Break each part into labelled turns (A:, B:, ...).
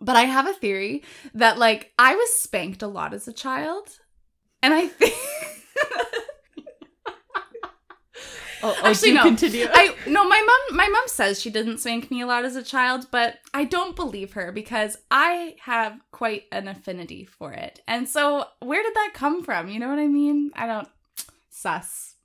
A: But I have a theory that like I was spanked a lot as a child. And I think
B: Oh,
A: Actually,
B: do
A: no.
B: continue.
A: I no, my mom my mom says she didn't spank me a lot as a child, but I don't believe her because I have quite an affinity for it. And so where did that come from? You know what I mean? I don't sus.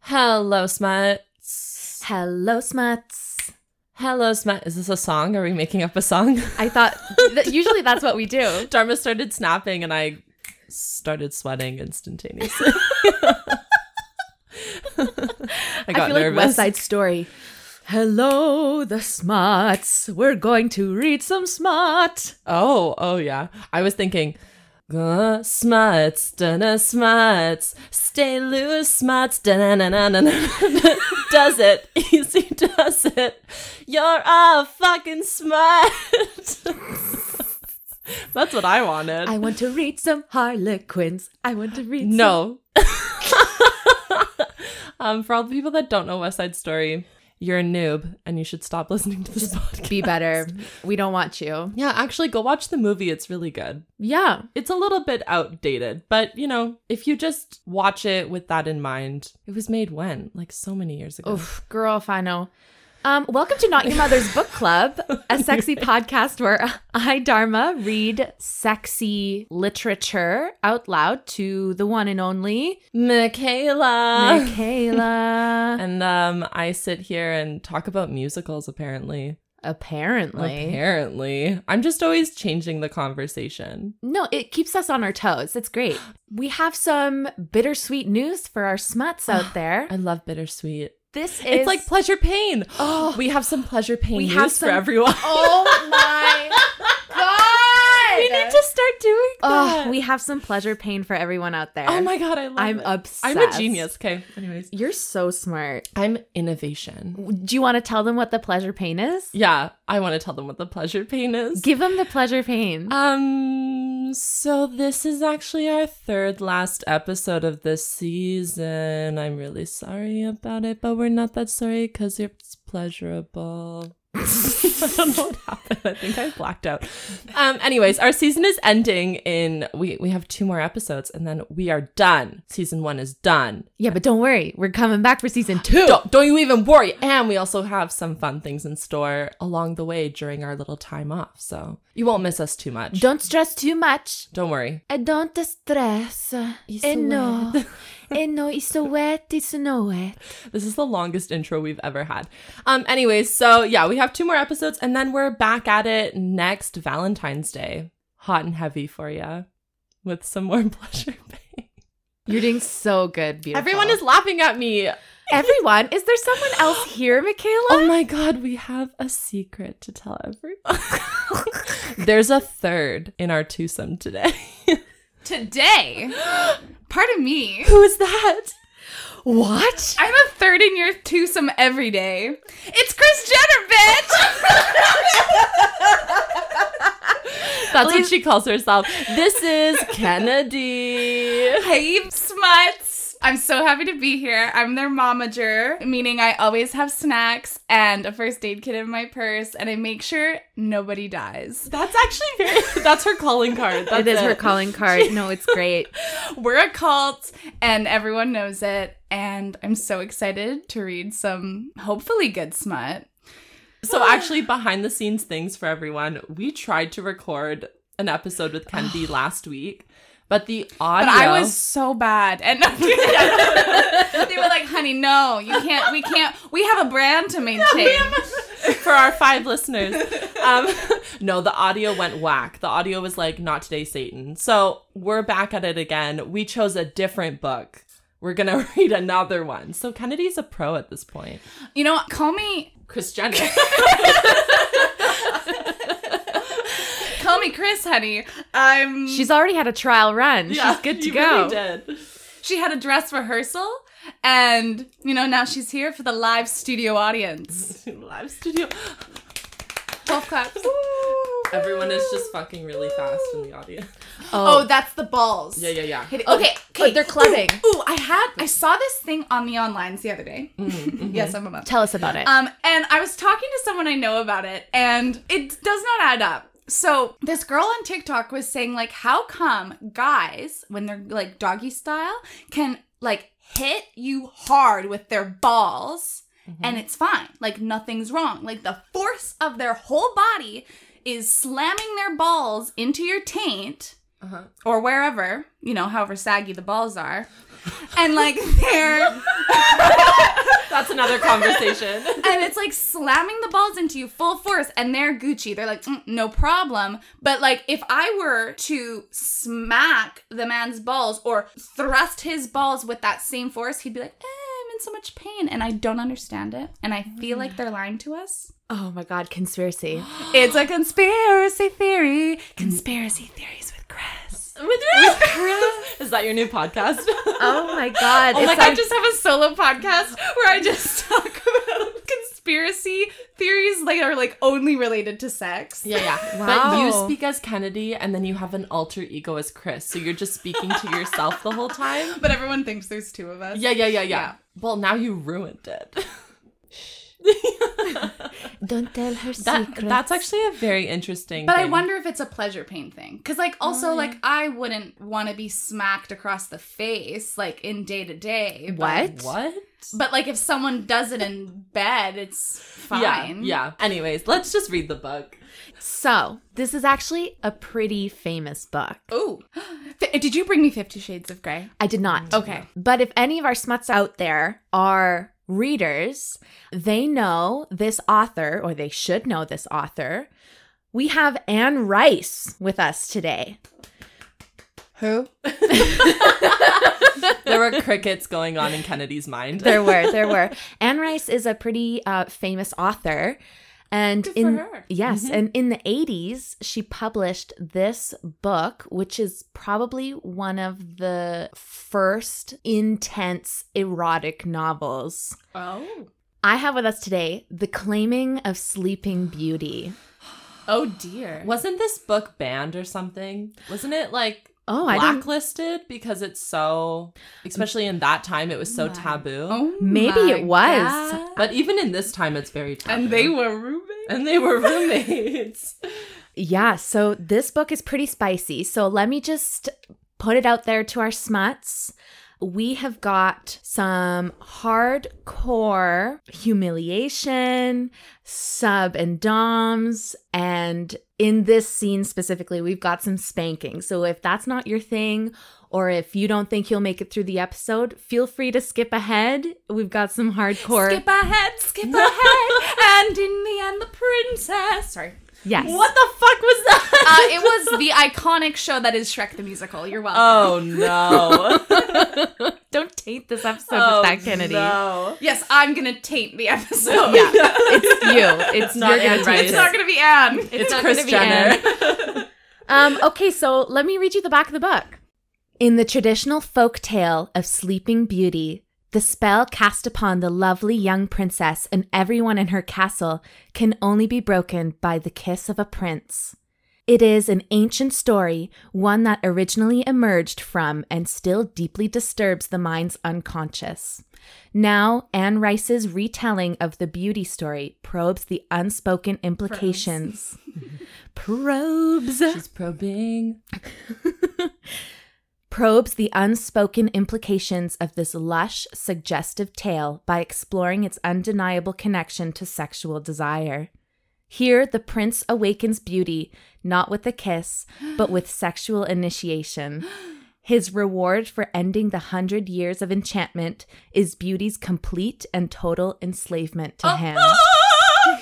B: Hello, smuts.
C: Hello, smuts.
B: Hello, smut. Is this a song? Are we making up a song?
C: I thought that usually that's what we do.
B: Dharma started snapping, and I started sweating instantaneously. I got
C: feel like West
B: nervous.
C: Side Story. Hello, the smuts. We're going to read some smut.
B: oh, oh yeah. I was thinking. Uh, smuts, dunna smuts, stay loose, smuts, dunna na na na na. Does it easy? Does it? You're a fucking smut. That's what I wanted.
C: I want to read some harlequins. I want to read some-
B: No. um, for all the people that don't know West Side Story, you're a noob and you should stop listening to this podcast.
C: Be better. We don't want you.
B: Yeah, actually, go watch the movie. It's really good.
C: Yeah.
B: It's a little bit outdated, but you know, if you just watch it with that in mind, it was made when? Like so many years ago.
C: Oof, girl, if I know. Um, welcome to Not Your Mother's Book Club, a sexy podcast where I, Dharma, read sexy literature out loud to the one and only Ah.
B: Michaela.
C: Michaela.
B: and um, I sit here and talk about musicals, apparently.
C: Apparently.
B: Apparently. I'm just always changing the conversation.
C: No, it keeps us on our toes. It's great. We have some bittersweet news for our smuts out there.
B: I love bittersweet.
C: This is
B: It's like pleasure pain.
C: oh,
B: We have some pleasure pain
C: We
B: news
C: have some-
B: for everyone.
C: oh my god.
B: we need to start doing that.
C: Oh, we have some pleasure pain for everyone out there.
B: Oh my god, I love
C: I'm
B: it. I'm
C: obsessed.
B: a genius. Okay. Anyways,
C: You're so smart.
B: I'm innovation.
C: Do you want to tell them what the pleasure pain is?
B: Yeah, I want to tell them what the pleasure pain is.
C: Give them the pleasure pain.
B: Uh, Um so this is actually our third last episode of this season. I'm really sorry about it, but we're not that sorry cuz it's pleasurable. I don't know what happened. I think I blacked out. Um, anyways, our season is ending in we we have two more episodes and then we are done. Season one is done.
C: yeah, but don't worry. We're coming back for season 2.
B: Don't, don't you even worry. And we also have some fun things in store along the way during our little time off. So you won't miss us too much. Don't,
C: Don't stress too much.
B: worry.
C: I E don't stress.
B: It's
C: Eh no. Eh no, it's so wet, it's so wet.
B: This is the longest intro we've ever had. Um, anyways, so yeah, we have two more episodes and then we're back at it next Valentine's Day. Hot and heavy for you with some more pleasure. pain.
C: You're doing so good, beautiful.
B: Everyone is laughing at me.
C: everyone. Is there someone else here, Michaela?
B: Oh my god, we have a secret to tell everyone. There's a third in our twosome today.
A: Today, pardon me.
B: Who is that?
C: What?
A: I'm a third in your twosome every day. It's Chris Jenner, bitch!
B: That's what she calls herself. This is Kennedy.
A: hey, smuts! I'm so happy to be here. I'm their momager, meaning I always have snacks and a first aid kit in my purse, and I make sure nobody dies.
B: That's actually very. That's her calling card. That's
C: Oh, It is her calling card. No, it's great.
A: We're a cult, and everyone knows it, and I'm so excited to read some hopefully good smut.
B: So actually, behind the scenes things for everyone. We tried to record an episode with Kennedy last week, but the audio.
A: But I was so bad, and they were like, "Honey, no, you can't. We can't. We have a brand to maintain."
B: for our five listeners. Um, no, the audio went whack. The audio was like, not today, Satan. So we're back at it again. We chose a different book. We're gonna read another one. So Kennedy's a pro at this point.
A: You know, call me,
B: Chris Jenner.
A: call me Chris, honey. I'm.
C: She's already had a trial run.
B: Yeah,
C: She's good to
B: you
C: go.
B: really did.
A: she had a dress rehearsal, and you know now she's here for the live studio audience.
B: Live studio.
A: Golf claps.
B: Ooh. Everyone is just fucking really fast in the audience.
A: Oh, that's the balls.
B: Yeah, yeah, yeah.
A: Hit it.
C: Okay, Oh, but they're clubbing.
A: Ooh, ooh, I had I saw this thing on the onlines the other day.
B: Mm-hmm,
A: Yes, I'm a mom.
C: Tell us about it.
A: Um, and I was talking to someone I know about it, and it does not add up. So this girl on TikTok was saying like, how come guys, when they're like doggy style, can like hit you hard with their balls, and it's fine, like nothing's wrong, like the force of their whole body is slamming their balls into your taint
B: Uh-huh.
A: or wherever, you know, however saggy the balls are. And like they're
B: That's another conversation.
A: and it's like slamming the balls into you full force and they're gucci they're like "Mm, no problem but like if i were to smack the man's balls or thrust his balls with that same force he'd be like eh, i'm in so much pain and i don't understand it and i feel like they're lying to us
C: oh my god, conspiracy.
A: it's a conspiracy theory conspiracy theories with chris
B: is that your new podcast?
C: oh my god.
A: Oh
C: it's
A: my god,
C: like-
A: I just have a solo podcast where I just talk about conspiracy theories that are like only related to sex.
B: Yeah, yeah. But
C: Wow.
B: you speak as Kennedy, and then you have an alter ego as Chris. So you're just speaking to yourself the whole time.
A: But everyone thinks there's two of us.
B: Yeah, yeah, yeah, yeah.
A: Yeah.
B: Well, now you ruined it.
C: don't tell her
B: That,
C: secrets.
B: that's actually a very interesting.
A: But I
B: thing.
A: wonder if it's a pleasure pain thing. Cause like also like I wouldn't want to be smacked across the face like in day to day. but-
C: What?
B: what.
A: But like if someone does it in bed, it's fine.
B: Yeah, yeah. Anyways, let's just read the book.
C: So, this is actually a pretty famous book.
A: Ooh. F- Did you bring me Fifty Shades of Grey?
C: I did not.
A: Okay.
C: But if any of our smuts out there are readers, they know this author, or they should know this author. We have Anne Rice with us today. Who?
B: There were crickets going on in Kennedy's mind.
C: There were, there were. Anne Rice is a pretty uh, famous author. And
A: Good for
C: in
A: her. Mm-hmm.
C: yes, and in the 80s she published this book which is probably one of the first intense erotic novels.
A: Oh.
C: I have with us today The Claiming of Sleeping Beauty.
A: Oh dear.
B: Wasn't this book banned or something? Wasn't it like
C: Oh, I didn't
B: blacklisted because it's so, especially in that time, it was so
A: My-
B: taboo.
A: Oh
C: Maybe
A: my
C: it was.
A: God.
B: But even in this time, it's very taboo.
A: And they were roommates.
B: and they were roommates.
C: Yeah, so this book is pretty spicy. So let me just put it out there to our smuts. We have got some hardcore humiliation, sub and doms, and in this scene specifically, we've got some spanking. So if that's not your thing, or if you don't think you'll make it through the episode, feel free to skip ahead. We've got some hardcore.
A: Skip ahead, skip ahead, and in the end, the princess. Sorry.
C: Yes.
B: the fuck was that?
A: Uh, it was the iconic show that is Shrek the Musical. You're welcome.
B: Oh no!
C: Don't taint this episode
B: oh,
C: with that, Kennedy.
B: No.
A: Yes, I'm gonna taint the episode.
C: Yeah, it's you. It's
B: not
C: you're gonna
B: Anne Rice.
C: taint
A: It's
C: it.
A: not gonna be Anne. It's,
B: It's
A: not
B: Chris
A: gonna be
B: Jenner.
A: Anne.
C: Um, okay, so let me read you the back of the book. In the traditional folk tale of Sleeping Beauty, the spell cast upon the lovely young princess and everyone in her castle can only be broken by the kiss of a prince. It is an ancient story, one that originally emerged from and still deeply disturbs the mind's unconscious. Now, Anne Rice's retelling of the beauty story probes the unspoken implications. probes.
B: She's probing.
C: probes the unspoken implications of this lush, suggestive tale by exploring its undeniable connection to sexual desire. Here, the prince awakens beauty, not with a kiss, but with sexual initiation. His reward for ending the hundred years of enchantment is beauty's complete and total enslavement
A: Oh.
C: to him.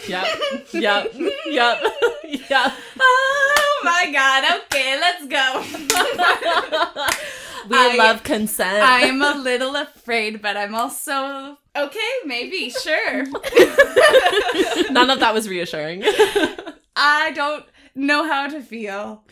B: Yep. Yep. Yep. yep.
A: Oh my god. Okay, let's go.
B: We
A: I-
B: love consent.
A: I am a little afraid, but I'm also okay. Maybe sure.
B: None of that was reassuring.
A: I don't know how to feel,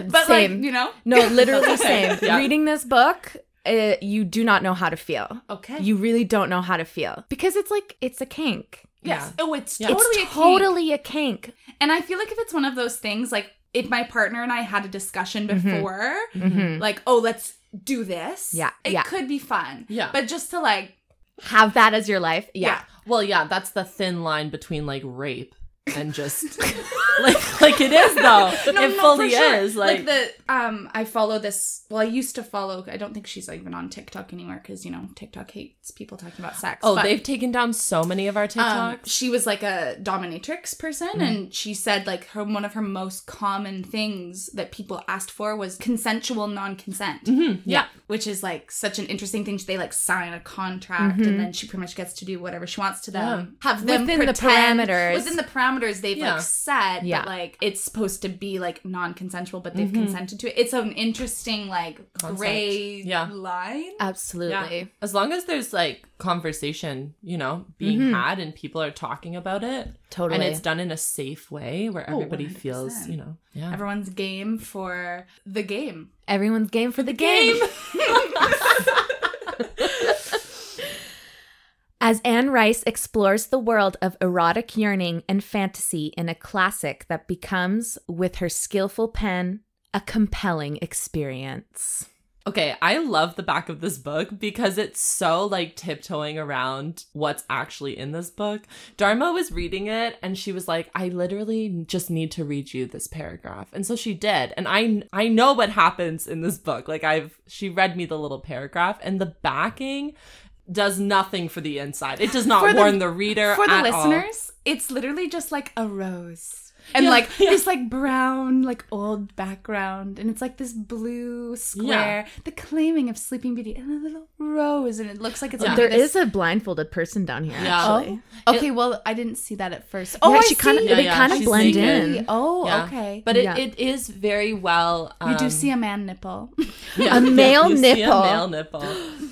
A: but
C: same.
A: like you know,
C: no, literally same.
B: Yeah.
C: Reading this book, uh, you do not know how to feel.
B: Okay.
C: you really don't know how to feel because it's like it's a kink
A: Yes. Oh, it's
B: Yeah.
A: totally
C: it's
A: a kink.
C: totally a kink.
A: And I feel like if it's one of those things, like if my partner and I had a discussion
B: Mm-hmm.
A: before,
C: Mhm.
A: like, oh, let's do this.
C: Yeah,
A: It
C: yeah.
A: could be fun.
B: Yeah.
A: But just to like,
C: Mm-hmm. Have that as your life. yeah.
B: Well, yeah, that's the thin line between like rape and just like like it is though. it fully
A: for sure.
B: is like,
A: the um I follow this well I used to follow I don't think she's even on TikTok anymore cuz you know TikTok hates people talking about sex.
B: oh,
A: but,
B: they've taken down so many of our
A: um,
B: TikToks. Mm-hmm.
A: she was like a dominatrix person and she said like her one of her most common things that people asked for was consensual non-consent.
B: Mhm, yeah.
A: Which is like such an interesting thing. They like sign a contract and then she pretty much gets to do whatever she wants to them. Have them
C: Within the
A: pretend-
C: parameters.
A: Within the parameters they've
B: Yeah.
A: like said,
C: Yeah.
A: but like it's supposed to be like non-consensual, but they've consented to it. It's an interesting like
B: Concept.
A: gray
B: Yeah.
A: line.
C: Absolutely.
B: Yeah. As long as there's like conversation, you know, being
A: Mm-hmm.
B: had and people are talking about it.
C: Totally.
B: And it's done in a safe way where
A: Oh,
B: everybody feels,
A: 100%.
B: you know. Yeah.
A: Everyone's game for the game.
C: Everyone's game for the game. As Anne Rice explores the world of erotic yearning and fantasy in a classic that becomes, with her skillful pen, a compelling experience.
B: Okay, I love the back of this book because it's so like tiptoeing around what's actually in this book. Dharma was reading it and she was like, "I literally just need to read you this paragraph." And so she did. And I I know what happens in this book. Like I've she read me the little paragraph and the backing does nothing for the inside. It does
A: For
B: not
A: the-
B: warn the reader
A: for the
B: at all.
A: listeners it's literally just like a rose and
B: Yeah,
A: like
B: yeah.
A: this like brown like old background and it's like this blue square the claiming of sleeping beauty and a little rose and it looks like it's
B: Yeah.
A: under
C: There
A: this-
C: is a blindfolded person down here,
B: Yeah.
C: actually.
A: oh okay well i didn't see that at first
C: Oh,
A: oh
C: yeah,
A: I
C: she kind of
A: see.
B: Yeah,
C: they
B: yeah,
C: kind of
B: she's
C: blend
B: naked.
C: in.
A: oh
B: Yeah.
A: okay
B: But it,
C: Yeah.
B: it is very well um,
A: you do see a man nipple
B: yeah,
C: a male
B: you see
C: nipple.
B: a male nipple.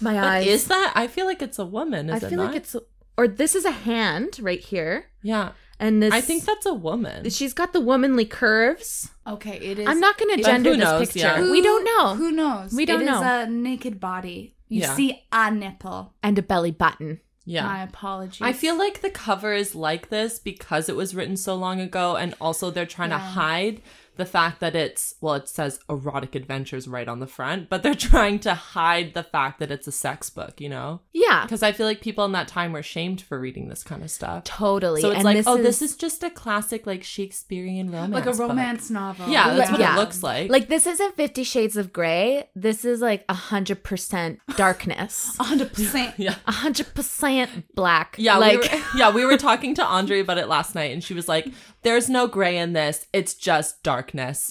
C: My
B: But
C: eyes.
B: is that? I feel like it's a woman.
C: I
B: Is
C: feel
B: it
C: like
B: not?
C: it's or this is a hand right here,
B: yeah.
C: and this
B: I think that's a woman.
C: she's got the womanly curves.
A: okay it is
C: I'm not going to
B: But
C: gender
B: who
C: this
B: knows,
C: picture.
B: yeah.
A: Who-
C: We don't know.
A: who knows
C: We don't
A: It is
C: know.
A: a naked body you
B: Yeah.
A: see a nipple
C: and a belly button.
B: yeah.
A: my apologies
B: I feel like the cover is like this because it was written so long ago, and also they're trying to
A: Yeah.
B: hide the fact that it's well, it says erotic adventures right on the front, but they're trying to hide the fact that it's a sex book, you know?
C: Yeah,
B: Because I feel like people in that time were shamed for reading this kind of stuff.
C: totally.
B: So it's
C: and
B: like, oh, this is just a classic like Shakespearean romance,
A: like a
B: book.
A: romance novel
B: Yeah, that's what
C: Yeah.
B: it looks like.
C: like this isn't Fifty Shades of Grey. This is like a hundred percent darkness,
A: 100%
B: yeah.
C: a hundred percent black.
B: Yeah,
C: like
B: we were, yeah, we were talking to Andre about it last night, and she was like, "There's no gray in this. It's just darkness."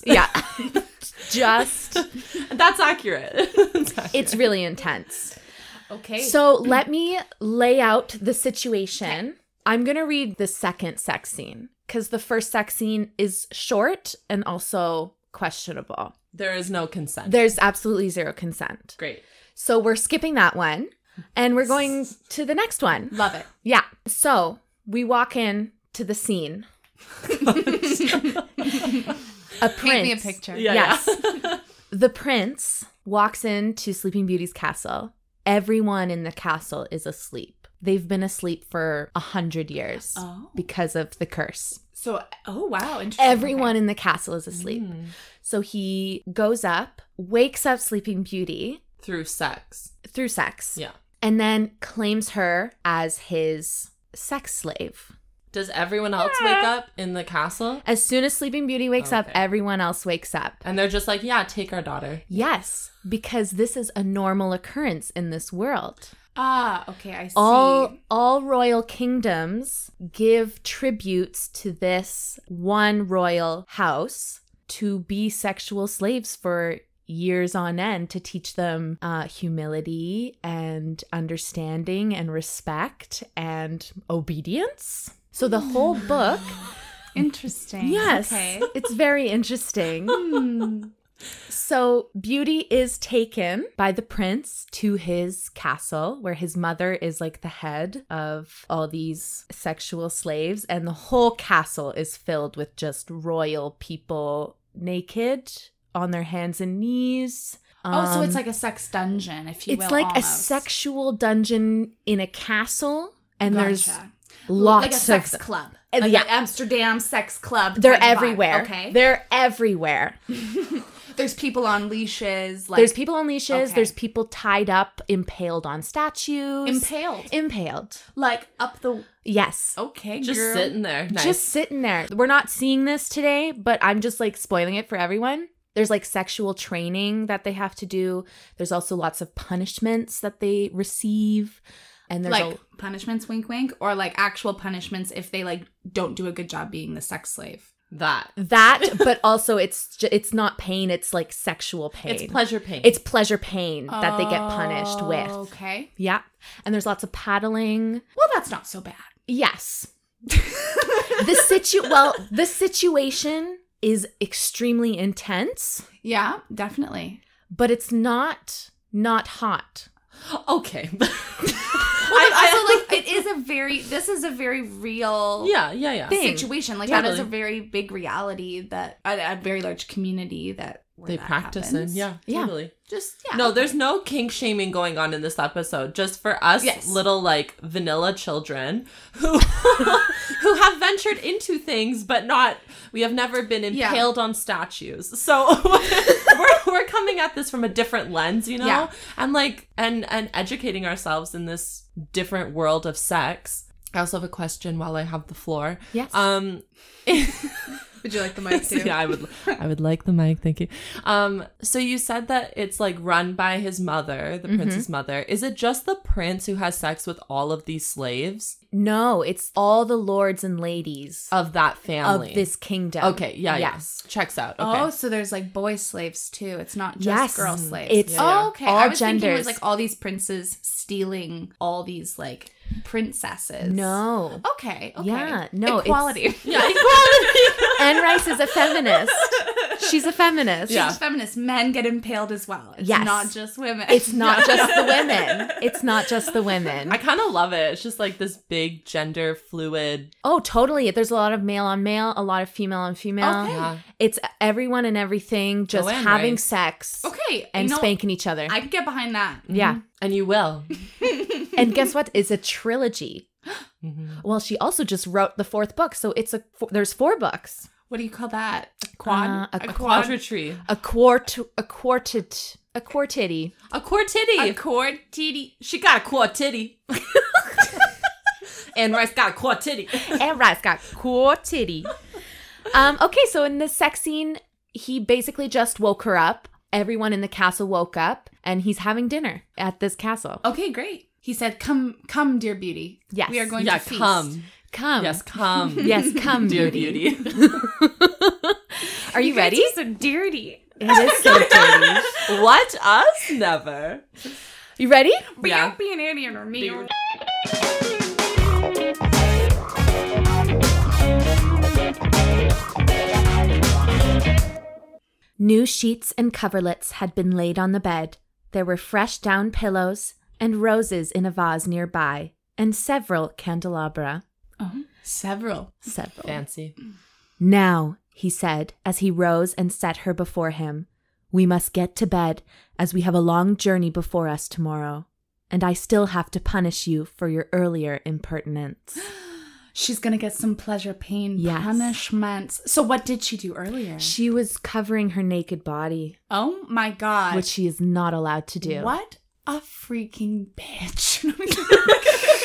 C: yeah, just
B: That's accurate. That's accurate.
C: it's really intense.
A: okay
C: So let me lay out the situation. I'm going to read the second sex scene because the first sex scene is short and also questionable.
B: there is no consent.
C: There's absolutely zero consent.
B: Great.
C: So we're skipping that one and we're going to the next one.
A: love it
C: Yeah. So we walk in to the scene. a prince.
A: paint me a picture
B: Yeah,
C: Yes.
B: yeah.
C: The prince walks into Sleeping Beauty's castle. Everyone in the castle is asleep. They've been asleep for a hundred years
A: Oh.
C: because of the curse.
A: So, oh wow, interesting.
C: Everyone in the castle is asleep.
B: Mm. Hmm.
C: So he goes up, wakes up Sleeping Beauty
B: Through sex.
C: through sex,
B: Yeah.
C: and then claims her as his sex slave.
B: Does everyone else wake up in the castle?
C: As soon as Sleeping Beauty wakes up,
B: Okay.
C: everyone else wakes up.
B: And they're just like, "Yeah, take our daughter."
C: Yes, because this is a normal occurrence in this world.
A: Ah, okay, I see.
C: all all royal kingdoms give tributes to this one royal house to be sexual slaves for years on end to teach them uh, humility and understanding and respect and obedience so the whole book
A: interesting.
C: yes
A: Mm. Okay.
C: it's very interesting
A: Hmm.
C: so Beauty is taken by the prince to his castle where his mother is like the head of all these sexual slaves and the whole castle is filled with just royal people naked on their hands and knees.
A: oh, so
C: Um,
A: it's like a sex dungeon, if you will.
C: it's like a
A: almost.
C: sexual dungeon in a castle and there's
A: Gotcha.
C: Lots
A: like a
C: of
A: sex
C: them.
A: club.
C: Uh,
A: Like
C: yeah.
A: an Amsterdam sex club.
C: They're
A: kind of vibe.
C: everywhere.
A: Okay.
C: They're everywhere.
A: There's people on leashes. Like
C: there's people on leashes.
A: okay.
C: There's people tied up, impaled on statues.
A: impaled.
C: Impaled.
A: like up the.
C: Yes.
A: Okay,
B: Just
A: girl.
B: sitting there. Nice.
C: Just sitting there. We're not seeing this today, but I'm just like spoiling it for everyone. There's like sexual training that they have to do. There's also lots of punishments that they receive. And there's
A: like
C: a-
A: punishments, wink, wink, or like actual punishments if they like don't do a good job being the sex slave.
B: that.
C: that, but also it's ju- it's not pain, it's like sexual pain.
B: It's pleasure pain.
C: It's pleasure pain that they get punished
A: Oh,
C: with.
A: Okay.
C: Yeah. And there's lots of paddling.
A: Well, that's not so bad.
C: Yes. the situ well, the situation is extremely intense,
A: Yeah, definitely.
C: but it's not not hot.
B: okay.
A: I also like it is a very this is a very real
B: yeah, yeah, yeah.
C: Thing.
A: situation. Like that is a
B: Totally.
A: very big reality that a, a very large community that where
B: They
A: that
B: practice
A: happens.
B: in. Yeah,
C: Yeah.
B: totally.
A: Just yeah.
B: No, there's no kink shaming going on in this episode. Just for us
A: Yes.
B: little like vanilla children who who have ventured into things but not we have never been
A: Yeah.
B: impaled on statues. So we're we're coming at this from a different lens, you know?
A: Yeah.
B: And like and and educating ourselves in this different world of sex. I also have a question while I have the floor.
C: Yes.
B: Um
A: Would you like the mic
B: yeah, I would. I would like the mic. Thank you. Um, so you said that it's like run by his mother, the prince's mother. Is it just the prince who has sex with all of these slaves
C: No, it's all the lords and ladies
B: of that
C: of
B: family?
C: this kingdom.
B: Okay. Yeah.
C: Yes.
B: Yes. Checks out. Okay.
A: Oh, so there's like boy slaves too. It's not just
C: Yes.
A: girl slaves.
C: It's
A: oh, okay.
C: all
A: I was thinking it was
C: genders.
A: like all these princes stealing all these like princesses.
C: No.
A: Okay. Okay.
C: Yeah, no, it's-
A: Equality.
B: yeah. Equality.
C: Anne Rice is a feminist. She's a feminist.
B: Yeah.
A: It's feminist. Men get impaled as well. It's
C: Yes.
A: not just women.
C: It's not just the women. It's not just the women.
B: I kind of love it. It's just like this big gender fluid.
C: Oh, totally. There's a lot of male on male, a lot of female on female.
A: Okay.
B: Yeah.
C: It's everyone and everything just
B: Anne
C: having
B: Rice.
C: sex
A: okay.
C: and
A: you know,
C: spanking each other.
A: I can get behind that.
C: yeah.
B: And you will.
C: and guess what? It's a trilogy.
B: Mhm.
C: Well, she also just wrote the fourth book, so it's a there's four books.
A: What do you call that? A quad.
C: Uh, a
B: Quadratry.
C: A quart a quartet a quartity.
B: A quartitty.
A: A cord titty.
B: she got a quartitty. and Rice got a quartitty.
C: and Rice got quartitty. Um, okay, so in the sex scene, he basically just woke her up. Everyone in the castle woke up, and he's having dinner at this castle.
A: Okay, great. He said, "Come, come, dear beauty.
C: Yes.
A: we are going
B: Yeah.
A: to feast."
B: Come.
C: Come,
B: Yes, come.
C: yes, come,
B: Dear
C: beauty.
B: beauty.
C: Are you ready?
A: He's so dirty.
C: It is so dirty.
B: what? Us? Never.
C: You ready?
B: Yeah.
A: Be an alien or me. or-
C: New sheets and coverlets had been laid on the bed. There were fresh down pillows and roses in a vase nearby, and several candelabra.
A: Oh, several.
C: Several.
B: Fancy.
C: Now, he said, as he rose and set her before him, we must get to bed, as we have a long journey before us tomorrow, and I still have to punish you for your earlier impertinence.
A: She's gonna get some pleasure pain
C: Yes.
A: punishments. So, what did she do earlier?
C: She was covering her naked body,
A: oh my god.
C: which she is not allowed to do.
A: What a freaking bitch.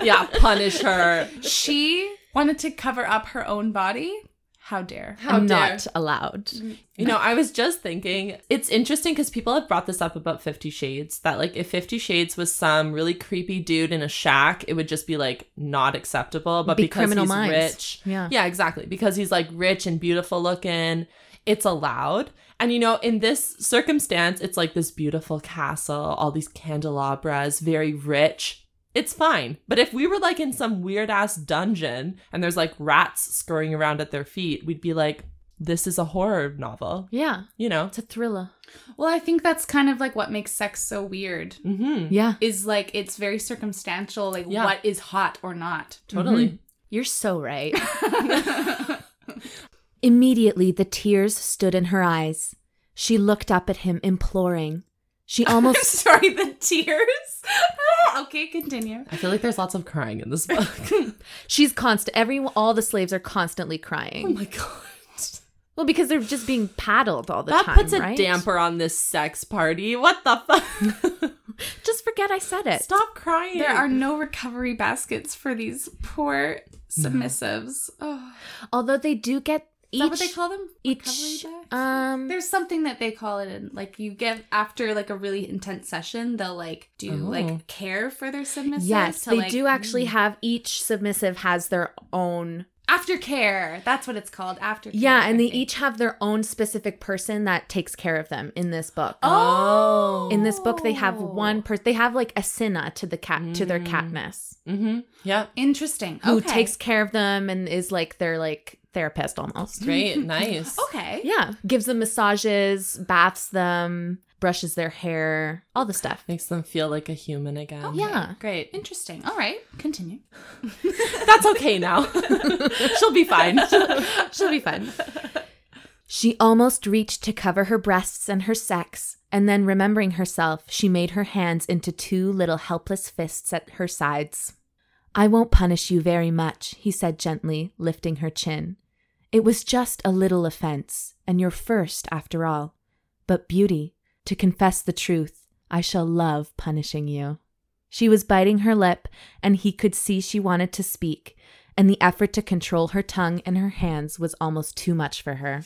B: Yeah, punish her.
A: she wanted to cover up her own body. How dare.
B: How dare.
C: not allowed.
B: You know, I was just thinking, it's interesting because people have brought this up about Fifty Shades that, like, if Fifty Shades was some really creepy dude in a shack, it would just be, like, not acceptable. But
C: Be
B: because
C: Criminal
B: he's
C: Minds.
B: rich,
C: Yeah.
B: yeah, exactly, because he's, like, rich and beautiful looking, it's allowed. And, you know, in this circumstance, it's like this beautiful castle, all these candelabras, very rich. It's fine. But if we were, like, in some weird ass dungeon and there's, like, rats scurrying around at their feet, we'd be like, this is a horror novel
C: Yeah.
B: you know.
C: It's a thriller.
A: Well, I think that's kind of like what makes sex so weird.
B: Mm-hmm.
C: Yeah.
A: Is like it's very circumstantial, like
B: Yeah.
A: what is hot or not.
B: Totally.
C: You're so right. Immediately, the tears stood in her eyes. She looked up at him, imploring. She almost
A: I'm sorry, the tears. okay, continue.
B: I feel like there's lots of crying in this book.
C: She's constant. Every all the slaves are constantly crying.
B: oh my god.
C: Well, because they're just being paddled all the
B: That
C: time.
B: puts a
C: right?
B: damper on this sex party. What the fuck?
C: Just forget I said it.
B: Stop crying.
A: There are no recovery baskets for these poor submissives. Oh,
C: Although they do get
A: is
C: each.
A: that what they call them?
C: each
A: Recovery baskets?
C: um
A: There's something that they call it, and like you get after like a really intense session, they'll like do
B: Oh.
A: like care for their submissives.
C: yes,
A: to,
C: they
A: like- mm.
C: do actually have each submissive has their own.
A: aftercare. That's what it's called. Aftercare.
C: Yeah, and
A: I
C: they
A: think.
C: each have their own specific person that takes care of them in this book.
A: Oh,
C: In this book, they have one person. They have like a Cinna to the cat to their Katniss,
B: Mm-hmm. Yeah.
A: Interesting.
C: who
A: okay.
C: takes care of them and is like their like therapist almost.
B: Great. Nice.
A: Okay.
C: Yeah, gives them massages, baths them, brushes their hair, all the stuff.
B: Makes them feel like a human again.
C: Yeah.
A: Great. Interesting. All right. Continue.
B: That's okay now. She'll be fine.
C: She'll be fine. She almost reached to cover her breasts and her sex, and then remembering herself, she made her hands into two little helpless fists at her sides. I won't punish you very much, he said gently, lifting her chin. It was just a little offense, and your first, after all. But, Beauty, to confess the truth, I shall love punishing you. She was biting her lip, and he could see she wanted to speak, and the effort to control her tongue and her hands was almost too much for her.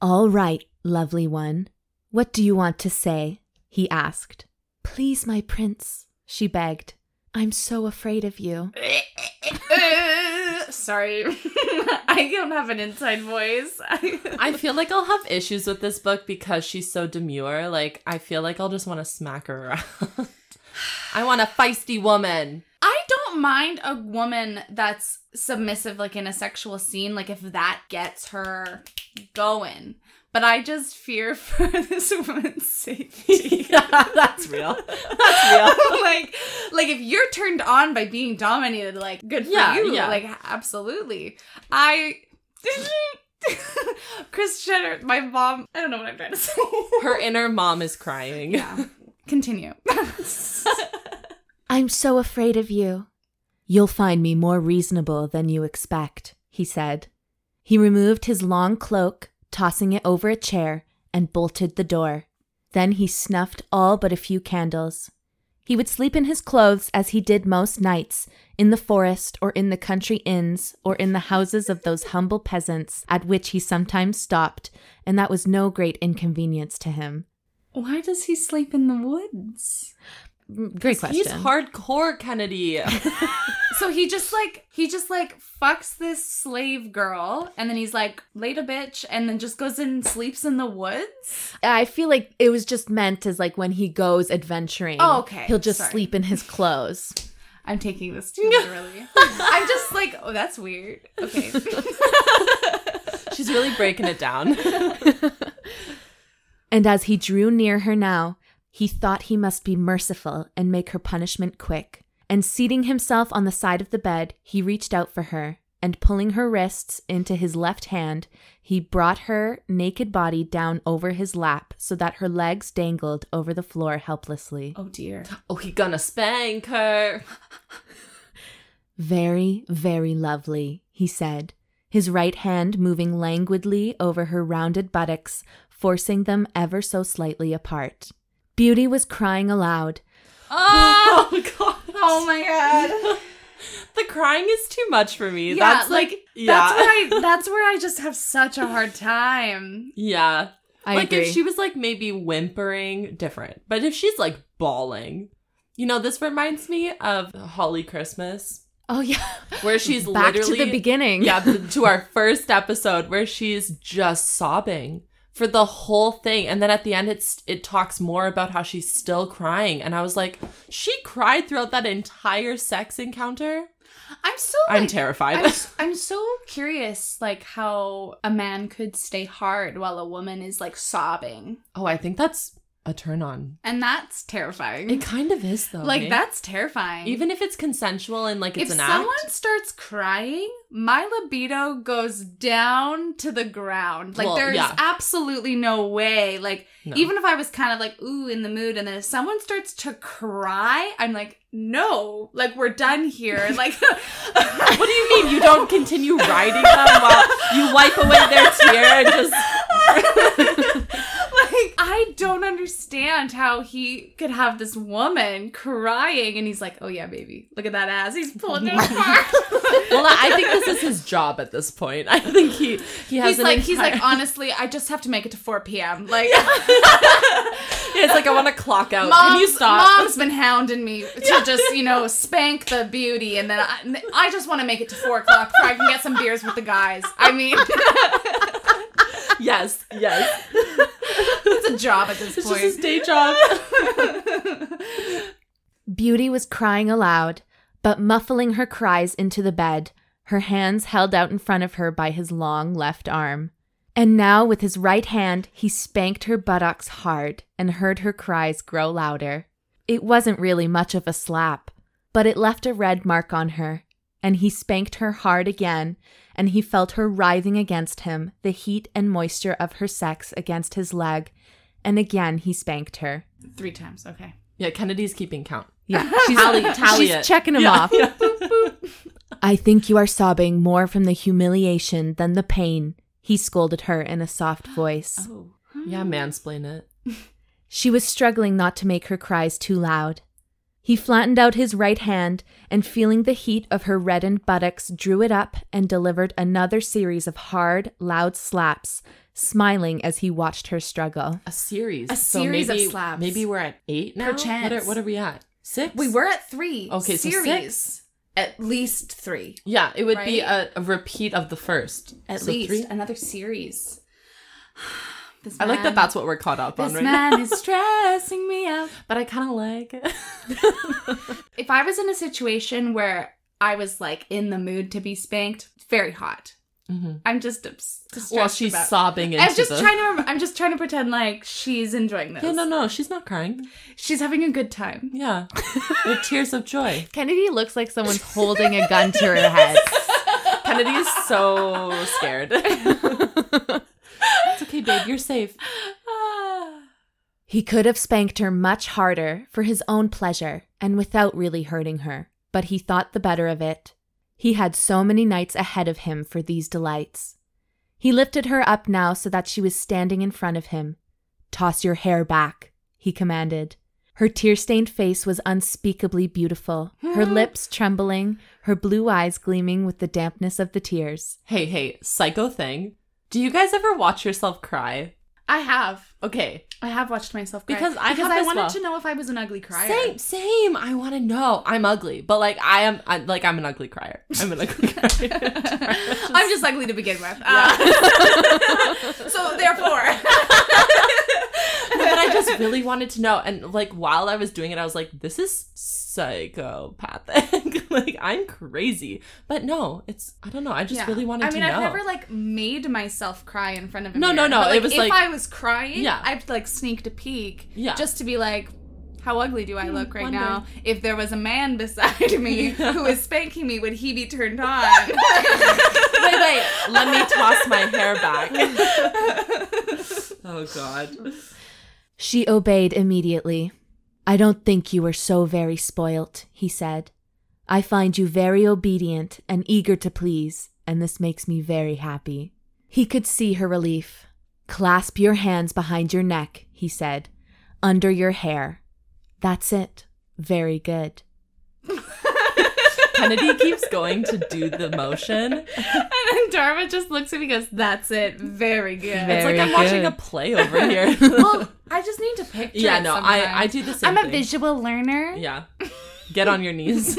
C: All right, lovely one. What do you want to say? he asked. Please, my prince, she begged. I'm so afraid of you.
A: Uh, sorry. I don't have an inside voice.
B: I feel like I'll have issues with this book because she's so demure. Like, I feel like I'll just want to smack her around. I want a feisty woman.
A: I don't mind a woman that's submissive, like in a sexual scene, like if that gets her going. But I just fear for this woman's safety.
B: that's real. That's
A: like, like if you're turned on by being dominated, like good for
B: Yeah,
A: you.
B: yeah.
A: Like absolutely. I. Chris Jenner, my mom. I don't know what I'm trying to say.
B: Her inner mom is crying.
A: yeah. Continue.
C: I'm so afraid of you. You'll find me more reasonable than you expect, he said. He removed his long cloak, tossing it over a chair, and bolted the door. Then he snuffed all but a few candles. He would sleep in his clothes as he did most nights, in the forest or in the country inns or in the houses of those humble peasants at which he sometimes stopped, and that was no great inconvenience to him.
A: Why does he sleep in the woods?
C: Mm, Great
B: He's hardcore, Kennedy.
A: So he just like he just like fucks this slave girl and then he's like laid a bitch and then just goes and sleeps in the woods.
C: I feel like it was just meant as like when he goes adventuring.
A: Oh, okay.
C: He'll just
A: Sorry.
C: sleep in his clothes.
A: I'm taking this too literally. I'm just like, oh that's weird. Okay.
B: she's really breaking it down.
C: And as he drew near her now, he thought he must be merciful and make her punishment quick. And seating himself on the side of the bed, he reached out for her, and pulling her wrists into his left hand, he brought her naked body down over his lap so that her legs dangled over the floor helplessly.
A: oh dear.
B: Oh, he gonna spank her.
C: Very, very lovely, he said, his right hand moving languidly over her rounded buttocks, forcing them ever so slightly apart. Beauty was crying aloud.
A: Oh,
B: god.
A: oh my god.
B: The crying is too much for me.
A: Yeah,
B: that's like,
A: like,
B: yeah.
A: That's where I that's where I just have such a hard time.
B: yeah.
C: I
B: like
C: agree.
B: if she was like maybe whimpering, different. But if she's like bawling, you know, this reminds me of Holly Christmas,
C: oh yeah,
B: where she's
C: back
B: literally
C: to the beginning.
B: yeah, th- to our first episode where she's just sobbing for the whole thing, and then at the end, it's it talks more about how she's still crying, and I was like, she cried throughout that entire sex encounter.
A: I'm still like,
B: I'm terrified.
A: I'm, s- I'm so curious like how a man could stay hard while a woman is like sobbing.
B: oh, I think that's a turn on.
A: And that's terrifying.
B: It kind of is though.
A: like
B: eh?
A: that's terrifying.
B: Even if it's consensual and like it's
A: if
B: an
A: someone
B: act.
A: starts crying, my libido goes down to the ground. Like
B: Well,
A: there's
B: yeah.
A: absolutely no way. Like
B: No.
A: even if I was kind of like ooh in the mood, and then if someone starts to cry, I'm like, no, like we're done here. Like
B: What do you mean you don't continue riding them while you wipe away their tear and just
A: like I don't understand how he could have this woman crying, and he's like, oh yeah, baby, look at that ass. He's pulling it apart.
B: Well, I think this is his job at this point. I think he he has
A: He's
B: an
A: like, he's
B: entire-
A: like, honestly, I just have to make it to 4 p.m. Like,
B: Yeah, it's like I want to clock out. Can
A: Mom's,
B: you stop?
A: Mom's been hounding me to just, you know, spank the beauty, and then I, I just want to make it to four o'clock so I can get some beers with the guys. I mean,
B: Yes, yes.
A: it's a job at this
B: It's
A: point.
B: just his day job.
C: Beauty was crying aloud, but muffling her cries into the bed, her hands held out in front of her by his long left arm. And now, with his right hand, he spanked her buttocks hard and heard her cries grow louder. It wasn't really much of a slap, but it left a red mark on her. And he spanked her hard again, and he felt her writhing against him, the heat and moisture of her sex against his leg. And again, he spanked her.
A: Three times, okay.
B: Yeah, Kennedy's keeping count.
C: Yeah,
B: She's tally, tally
C: she's
B: it.
C: checking them
B: Yeah,
C: off.
B: yeah.
C: I think you are sobbing more from the humiliation than the pain, he scolded her in a soft voice.
B: Oh. Yeah, mansplain it.
C: She was struggling not to make her cries too loud. He flattened out his right hand and, feeling the heat of her reddened buttocks, drew it up and delivered another series of hard, loud slaps, smiling as he watched her struggle.
B: A series.
A: A
B: So
A: series of
B: maybe-
A: slaps.
B: Maybe we're at eight now. What are,
A: Perchance.
B: what are we at? Six.
A: We were at three.
B: Okay, so
A: series.
B: six?
A: At least three.
B: Yeah, it would be
A: Right?
B: a, a repeat of the first.
A: At
B: So
A: least
B: three?
A: another series. This
B: I like
A: man-
B: that. That's what we're caught up on
A: This
B: right now.
A: man is stressing me out.
B: But I kind of like. it.
A: If I was in a situation where I was like in the mood to be spanked, very hot.
B: Mhm.
A: I'm just obs- distressed
B: Well, she's
A: about-
B: sobbing. Into
A: I'm just
B: the-
A: trying to. rem- I'm just trying to pretend like she's enjoying this.
B: Yeah, no, no, she's not crying.
A: She's having a good time.
B: Yeah, with tears of joy.
C: Kennedy looks like someone's holding a gun to her head.
B: Kennedy is so scared. it's okay, babe. You're safe.
C: He could have spanked her much harder for his own pleasure and without really hurting her, but he thought the better of it. He had so many nights ahead of him for these delights. He lifted her up now so that she was standing in front of him. Toss your hair back, he commanded. Her tear stained face was unspeakably beautiful, her lips trembling, her blue eyes gleaming with the dampness of the tears.
B: Hey, hey, psycho thing. Do you guys ever watch yourself cry?
A: I have.
B: Okay.
A: I have watched myself cry
B: Because I
A: because
B: have
A: I
B: as
A: wanted
B: well.
A: to know if I was an ugly crier.
B: Same, same. I want to know. I'm ugly, but like I am, I, like I'm an ugly crier. I'm an ugly crier.
A: I'm just ugly to begin with. Uh, so therefore,
B: but I just really wanted to know. And like while I was doing it, I was like, this is psychopathic. like I'm crazy. But no, it's I don't know. I just
A: Yeah.
B: really wanted
A: I mean,
B: to know.
A: I've never like made myself cry in front of a
B: No, no,
A: mirror,
B: no,
A: but,
B: it was,
A: if
B: like-
A: I was crying,
B: Yeah.
A: I'd like sneaked a peek,
B: Yeah.
A: just to be like, how ugly do I look right
B: wonder.
A: now? If there was a man beside me who was spanking me, would he be turned on?
B: wait, wait. Let me toss my hair back. oh God.
C: She obeyed immediately. I don't think you are so very spoilt, he said. I find you very obedient and eager to please, and this makes me very happy. He could see her relief. Clasp your hands behind your neck, he said, under your hair. That's it. Very good.
B: Kennedy keeps going to do the motion.
A: and then Dharma just looks at me, and goes, "That's it, very good."
B: It's like
C: Very
B: I'm watching
C: good.
B: a play over here.
A: well, I just need to picture.
B: yeah,
A: it
B: no, I, I
A: sometimes.
B: do the same.
A: I'm a
B: thing.
A: visual learner.
B: Yeah. Get on your knees.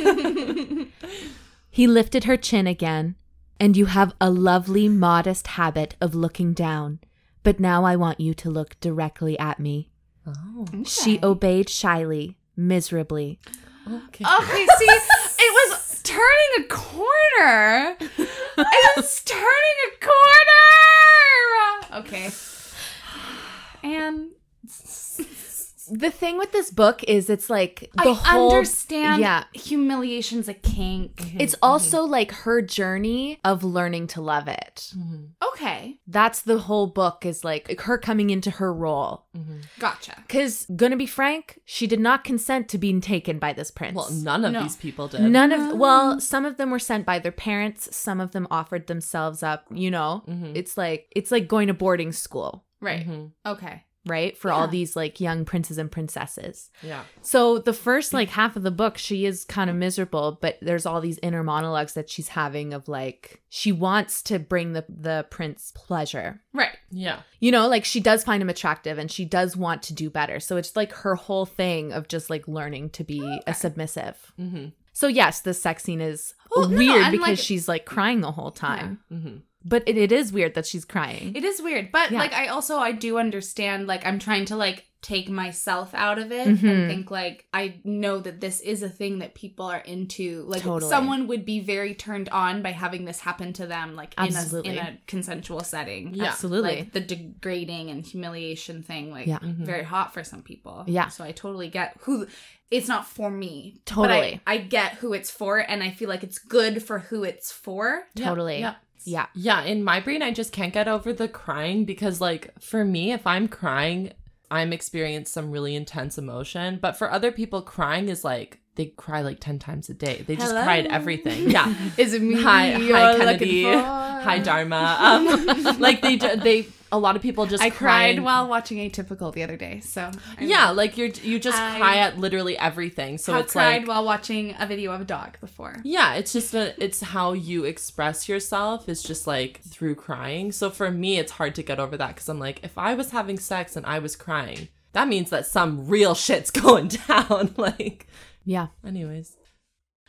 C: He lifted her chin again. And you have a lovely, modest habit of looking down. But now I want you to look directly at me.
B: Oh,
C: She obeyed shyly, miserably.
B: okay.
A: Okay, see, it was turning a corner. It was turning a corner. Okay. And
C: The thing with this book is it's like the
A: I
C: whole
A: understand
C: yeah. Mm-hmm.
A: humiliation's a kink.
C: It's also like her journey of learning to love it.
B: Mm-hmm,
A: Okay,
C: That's the whole book is like her coming into her role.
B: mm-hmm.
A: gotcha.
C: Cuz going to be frank, she did not consent to being taken by this prince.
B: Well, none of
A: No.
B: these people did.
C: None of well, some of them were sent by their parents, some of them offered themselves up, you know.
B: Mhm.
C: It's like it's like going to boarding school,
A: Right.
B: Mhm.
C: Mm-hmm.
A: Okay.
C: right? For all
A: Yeah.
C: these like young princes and princesses.
B: Yeah.
C: So the first like half of the book, she is kind of miserable, but there's all these inner monologues that she's having of like she wants to bring the the prince pleasure.
A: Right.
B: Yeah.
C: You know, like she does find him attractive and she does want to do better. So it's like her whole thing of just like learning to be a submissive.
B: Mhm.
C: So yes, this sex scene is
A: Well, no,
C: weird
A: and,
C: because
A: like-
C: she's like crying the whole time.
B: Mhm.
C: But it, it is weird that she's crying.
A: It is weird, but
C: Yeah.
A: like I also I do understand like I'm trying to like take myself out of it
C: Mhm.
A: and think like I know that this is a thing that people are into. Like
C: Totally.
A: someone would be very turned on by having this happen to them like in a,
C: Absolutely.
A: in a consensual setting.
B: Yeah.
C: Absolutely.
A: Like the degrading and humiliation thing like
C: Yeah. mm-hmm.
B: Mhm.
A: very hot for some people.
C: Yeah.
A: So I totally get who it's not for me. but I-
C: Totally.
A: I, get who it's for and I feel like it's good for who it's for.
B: Yeah.
C: totally.
B: Yeah.
C: yeah.
B: Yeah, in my brain, I just can't get over the crying because, like, for me, if I'm crying, I'm experiencing some really intense emotion. But for other people, crying is like they cry like 10 times a day. They just
A: Hello?
B: cried everything. Yeah.
A: Is it me?
B: hi,
A: you're
B: hi, Kennedy.
A: looking for?
B: Hi, Dharma. Um, like, they, ju- they, a lot of people just
A: I
B: crying-
A: cried while watching Atypical the other day. So I
B: Yeah, like you're, you just
A: I-
B: cry at literally everything. So
A: I
B: it's
A: cried
B: like,
A: while watching a video of a dog before.
B: Yeah, it's just a, it's how you express yourself is just like through crying. So for me, it's hard to get over that because I'm like, if I was having sex and I was crying, that means that some real shit's going down. like,
C: Yeah.
B: anyways,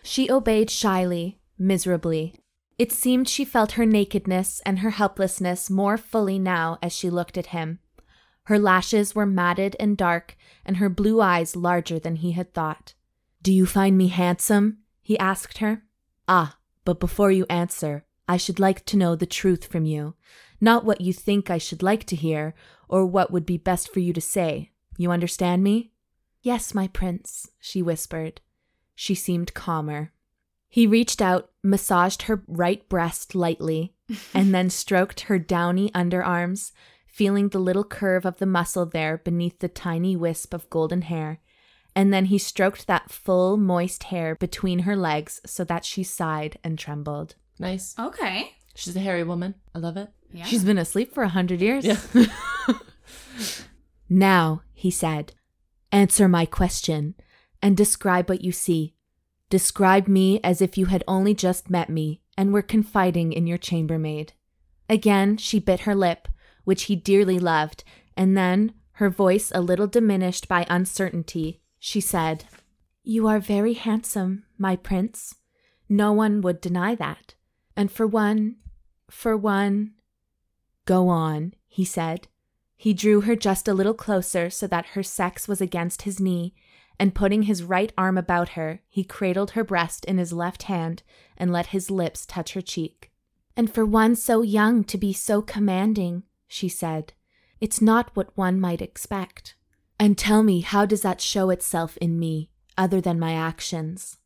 C: She obeyed shyly, miserably. It seemed she felt her nakedness and her helplessness more fully now as she looked at him. Her lashes were matted and dark, and her blue eyes larger than he had thought. Do you find me handsome? he asked her. Ah, but before you answer, I should like to know the truth from you. Not what you think I should like to hear, or what would be best for you to say. You understand me? Yes, my prince, she whispered. She seemed calmer. He reached out, massaged her right breast lightly, and then stroked her downy underarms, feeling the little curve of the muscle there beneath the tiny wisp of golden hair. And then he stroked that full, moist hair between her legs so that she sighed and trembled.
B: nice.
A: Okay.
B: She's a hairy woman. I love it.
A: Yeah.
C: She's been asleep for a hundred years.
B: Yeah.
C: now, he said, answer my question and describe what you see. Describe me as if you had only just met me and were confiding in your chambermaid. Again, she bit her lip, which he dearly loved, and then, her voice a little diminished by uncertainty, she said, You are very handsome, my prince. No one would deny that. And for one, for one, Go on, he said. He drew her just a little closer so that her sex was against his knee, and putting his right arm about her, he cradled her breast in his left hand and let his lips touch her cheek. And for one so young to be so commanding, she said, it's not what one might expect. And tell me, how does that show itself in me, other than my actions?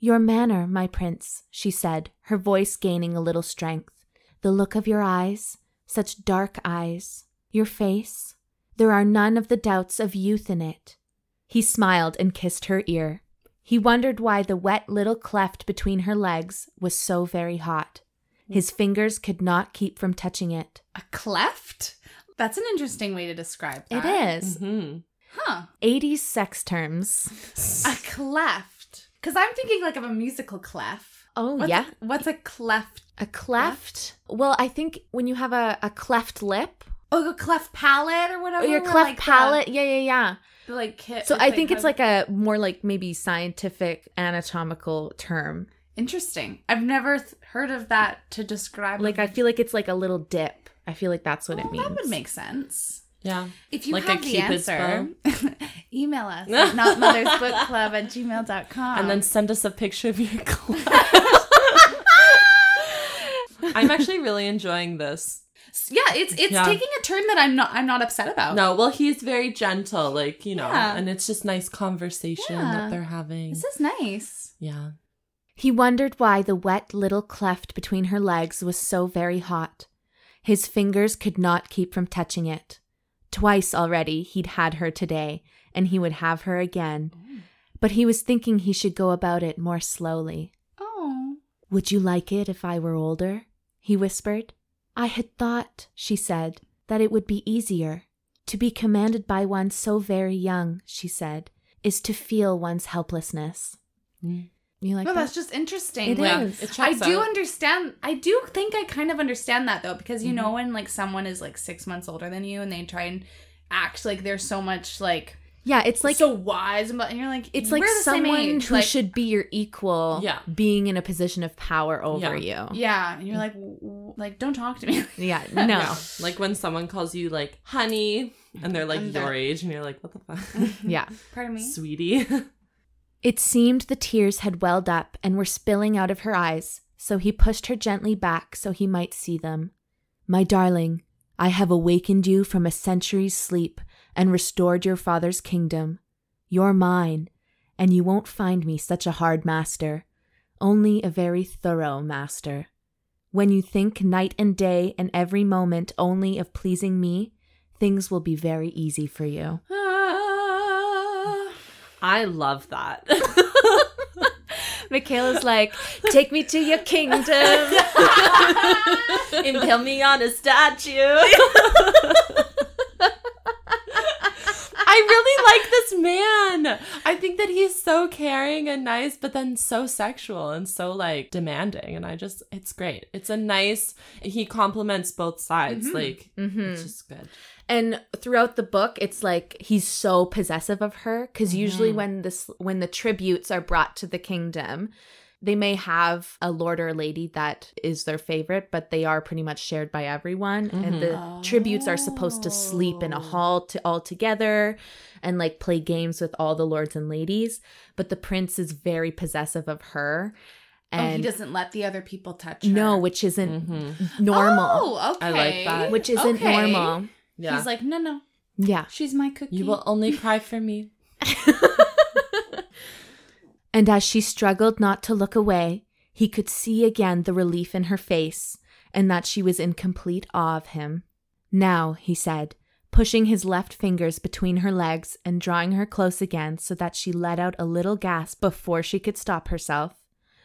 C: Your manner, my prince, she said, her voice gaining a little strength. The look of your eyes, such dark eyes, your face, there are none of the doubts of youth in it. He smiled and kissed her ear. He wondered why the wet little cleft between her legs was so very hot. His fingers could not keep from touching it.
A: a cleft? That's an interesting way to describe
C: It
A: that.
C: is.
B: hmm
A: Huh.
C: 80s sex terms.
A: A cleft. Because I'm thinking like of a musical clef.
C: Oh,
A: What's
C: yeah.
A: A, what's a cleft?
C: A cleft. Well, I think when you have a, a cleft lip
A: Oh, a cleft palate or
C: or
A: whatever.
C: Oh, your
A: where,
C: cleft
A: Oh, like, the-
C: palate. yeah, yeah, yeah.
A: the, like ki-
C: So I think
A: how-
C: it's like a more like maybe scientific anatomical term.
A: interesting. I've never th- heard of that to describe.
C: Like I feel like it's like a little dip. I feel like that's what it
A: Well,
C: means.
A: Oh, That would make sense.
B: Yeah.
A: If you
B: Like a
A: have the
B: Cupid's
A: answer, email us at notmothersbookclub at gmail.com.
B: And then send us a picture of your cleft. I'm actually really enjoying this.
A: Yeah, it's it's
B: Yeah.
A: taking a turn that I'm not I'm not upset about.
B: No, well, he's very gentle, like, you know,
A: Oh. Yeah.
B: and it's just nice conversation
A: Yeah.
B: that they're having.
A: This is nice.
B: yeah.
C: He wondered why the wet little cleft between her legs was so very hot. His fingers could not keep from touching it. Twice already he'd had her today, and he would have her again. But he was thinking he should go about it more slowly.
A: Oh.
C: Would you like it if I were older? he whispered. I had thought, she said, that it would be easier. To be commanded by one so very young, she said, is to feel one's helplessness.
B: Mm.
C: You like
A: no,
C: that?
A: that's just interesting.
C: It
A: Like,
B: yeah.
C: is.
B: It
A: I
B: checks
A: do
B: out.
A: understand. I do think I kind of understand that though, because you
C: Mm-hmm.
A: know when like someone is like six months older than you, and they try and act like they're so much like
C: yeah, it's like
A: like so wise, and, bu- and you're like
C: It's like
A: we're the same
C: someone
A: age,
C: who
A: like-
C: should be your equal
B: Yeah.
C: being in a position of power over you.
A: Yeah, and you're like w- w- like don't talk to me.
C: Yeah, no.
B: Yeah. Like when someone calls you, like, honey, and they're like
A: And
B: your
A: they're-
B: age, and you're like, what the fuck?
C: Yeah.
A: Pardon me.
B: Sweetie.
C: It seemed the tears had welled up and were spilling out of her eyes, so he pushed her gently back so he might see them. My darling, I have awakened you from a century's sleep and restored your father's kingdom. You're mine, and you won't find me such a hard master, only a very thorough master. When you think night and day and every moment only of pleasing me, things will be very easy for you.
B: Ah. I love that.
C: Michaela's like, take me to your kingdom.
B: Impale me on a statue. I really like this man. I think that he's so caring and nice, but then so sexual and so like demanding. And I just, it's great. It's a nice, he compliments both sides. Like,
C: Mhm.
B: it's just good.
C: and throughout the book it's like he's so possessive of her because
A: Mm-hmm.
C: usually when this when the tributes are brought to the kingdom they may have a lord or a lady that is their favorite but they are pretty much shared by everyone and the
A: Mm-hmm.
C: tributes are supposed to sleep
A: Oh.
C: in a hall to all together and like play games with all the lords and ladies but the prince is very possessive of her
A: oh, he
C: and
A: doesn't let the other people touch. Her.
C: no which isn't
B: hmm
C: normal
A: Oh, okay.
B: I like that.
C: which isn't
A: Okay.
C: normal
B: Yeah.
A: He's like, no, no,
C: yeah
A: she's my cookie.
B: you will only cry for me.
C: And as she struggled not to look away, he could see again the relief in her face and that she was in complete awe of him. Now, he said, pushing his left fingers between her legs and drawing her close again so that she let out a little gasp before she could stop herself.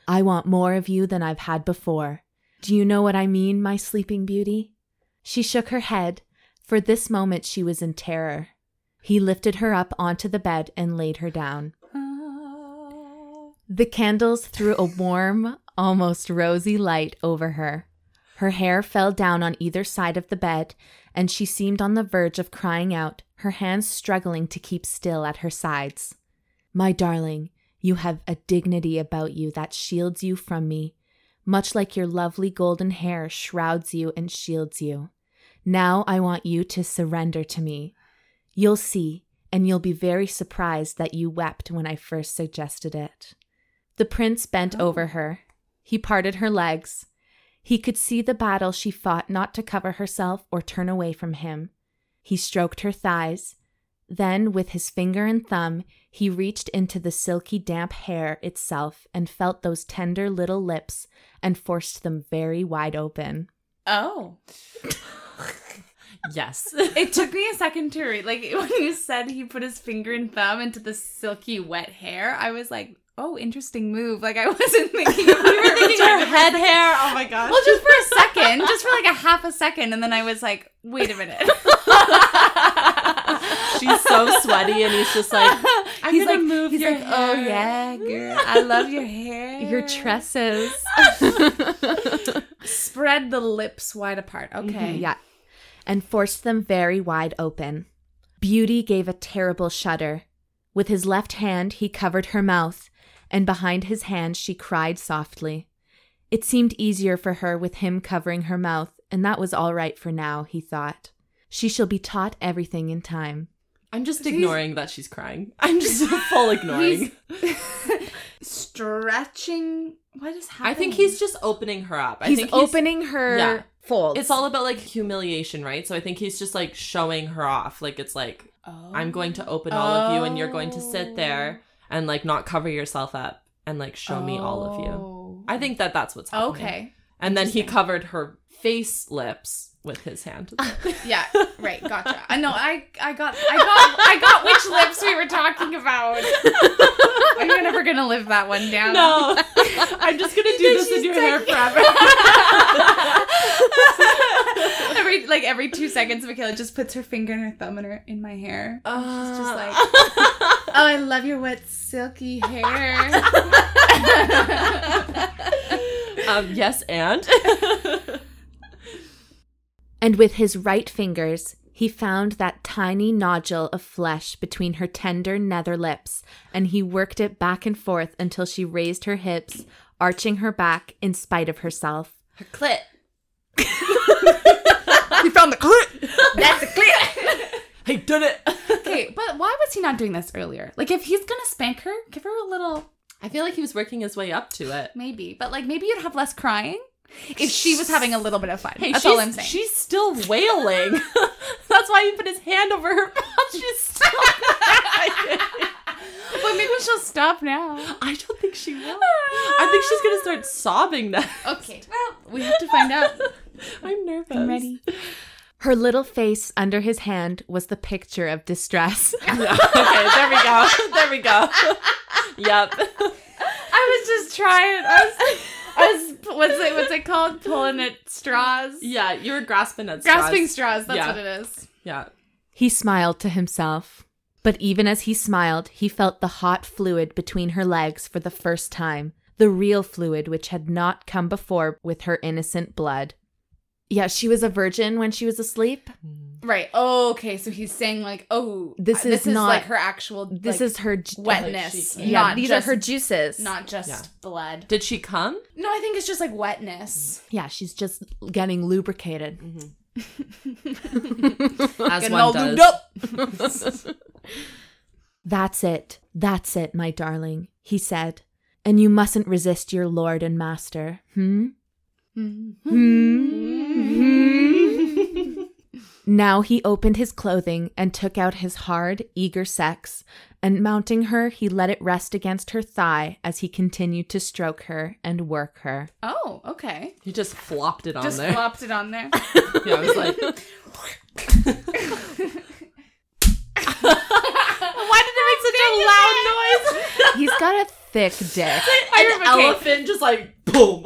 C: I want more of you than I've had before. Do you know what I mean, my sleeping beauty? She shook her head. For this moment, she was in terror. He lifted her up onto the bed and laid her down. The candles threw a warm, almost rosy light over her. Her hair fell down on either side of the bed, and she seemed on the verge of crying out, her hands struggling to keep still at her sides. My darling, you have a dignity about you that shields you from me, much like your lovely golden hair shrouds you and shields you. Now I want you to surrender to me. You'll see, and you'll be very surprised that you wept when I first suggested it. The prince bent over her. He parted her legs. He could see the battle she fought not to cover herself or turn away from him. He stroked her thighs. Then, with his finger and thumb, he reached into the silky damp hair itself and felt those tender little lips and forced them very wide open.
A: Oh,
B: Yes.
A: it took me a second to read. Like when you said he put his finger and thumb into the silky wet hair, I was like, oh, interesting move. Like I wasn't thinking. Of
B: you were thinking her head hair. Oh my gosh.
A: Well, just for a second, just for like a half a second, and then I was like, wait a minute.
B: She's so sweaty, and he's just like, I'm
A: He's
B: gonna
A: like-
B: move
A: He's
B: your
A: like,
B: hair.
A: oh yeah, girl, I love your hair.
C: Your tresses.
A: Spread the lips wide apart.
B: Mm-hmm,
A: Okay.
C: Yeah. And forced them very wide open. Beauty gave a terrible shudder. With his left hand, he covered her mouth, and behind his hand, she cried softly. It seemed easier for her with him covering her mouth, and that was all right for now, he thought. She shall be taught everything in time.
B: I'm just ignoring that she's crying. I'm just full ignoring.
A: Stretching What is
B: I
A: happening?
B: think he's just opening her up. I
C: he's
B: think
C: opening her
B: yeah.
C: folds.
B: It's all about like humiliation, right? So I think he's just like showing her off. Like it's like
A: Oh.
B: I'm going to open all of you, and you're going to sit there and like not cover yourself up and like show me all of you. I think that that's what's happening.
A: Oh. okay.
B: And then he covered her face lips with his hand.
A: Yeah, right. Gotcha. I know. I I got I got I got which lips we were talking about. I'm never gonna live that one down.
B: no, I'm just gonna do this in your hair forever.
A: every like every two seconds, Michaela just puts her finger and her thumb in her in my hair.
B: She's
A: just like,
B: like,
A: Oh, I love your wet silky hair.
B: um, yes, and
C: And with his right fingers, he found that tiny nodule of flesh between her tender nether lips, and he worked it back and forth until she raised her hips, arching her back in spite of herself.
B: her clit.
A: he found the clit. That's a clit.
B: I did it.
A: Okay, but why was he not doing this earlier? Like, if he's gonna spank her, give her a little
B: I feel like he was working his way up to it.
A: maybe. But like, maybe you'd have less crying if she was having a little bit of fun.
B: Hey,
A: That's
B: she's-
A: all I'm saying.
B: She's still wailing. That's why he put his hand over her mouth. She's still.
A: but maybe she'll stop now.
B: I don't think she will. I think she's gonna start sobbing now.
A: Okay. Well, we have to find out.
B: I'm nervous.
A: I'm ready.
C: Her little face under his hand was the picture of distress.
B: Yeah, okay, there we go. There we go. yep.
A: I was just trying. I was. I was. What's it? What's it called? Pulling at straws.
B: Yeah, you were grasping at straws.
A: Grasping straws. That's
B: Yeah.
A: what it is.
B: Yeah.
C: He smiled to himself. But even as he smiled, he felt the hot fluid between her legs for the first time, the real fluid which had not come before with her innocent blood. Yeah, she was a virgin when she was asleep.
A: Right. Oh, okay. So he's saying like, oh,
C: This
A: this
C: is not-
A: like her actual.
C: This
A: like,
C: is her j-
A: wetness.
B: Like she-
C: yeah,
A: not
C: these
A: just,
C: are her juices.
A: Not just
B: Yeah.
A: blood.
B: Did she come?
A: No, I think it's just like wetness.
C: yeah, she's just getting lubricated.
A: Mm-hmm.
B: As
A: Getting
B: one
A: all
B: does.
A: lubed up.
C: That's it. That's it, my darling, he said. And you mustn't resist your lord and master. Hmm? Now he opened his clothing and took out his hard, eager sex, and mounting her, he let it rest against her thigh as he continued to stroke her and work her.
A: Oh, okay.
B: You just flopped it on
A: Just
B: there.
A: flopped it on there.
B: Yeah, I was like,
A: Why did it make such a loud noise?
C: He's got a thick dick.
B: an elephant just like boom.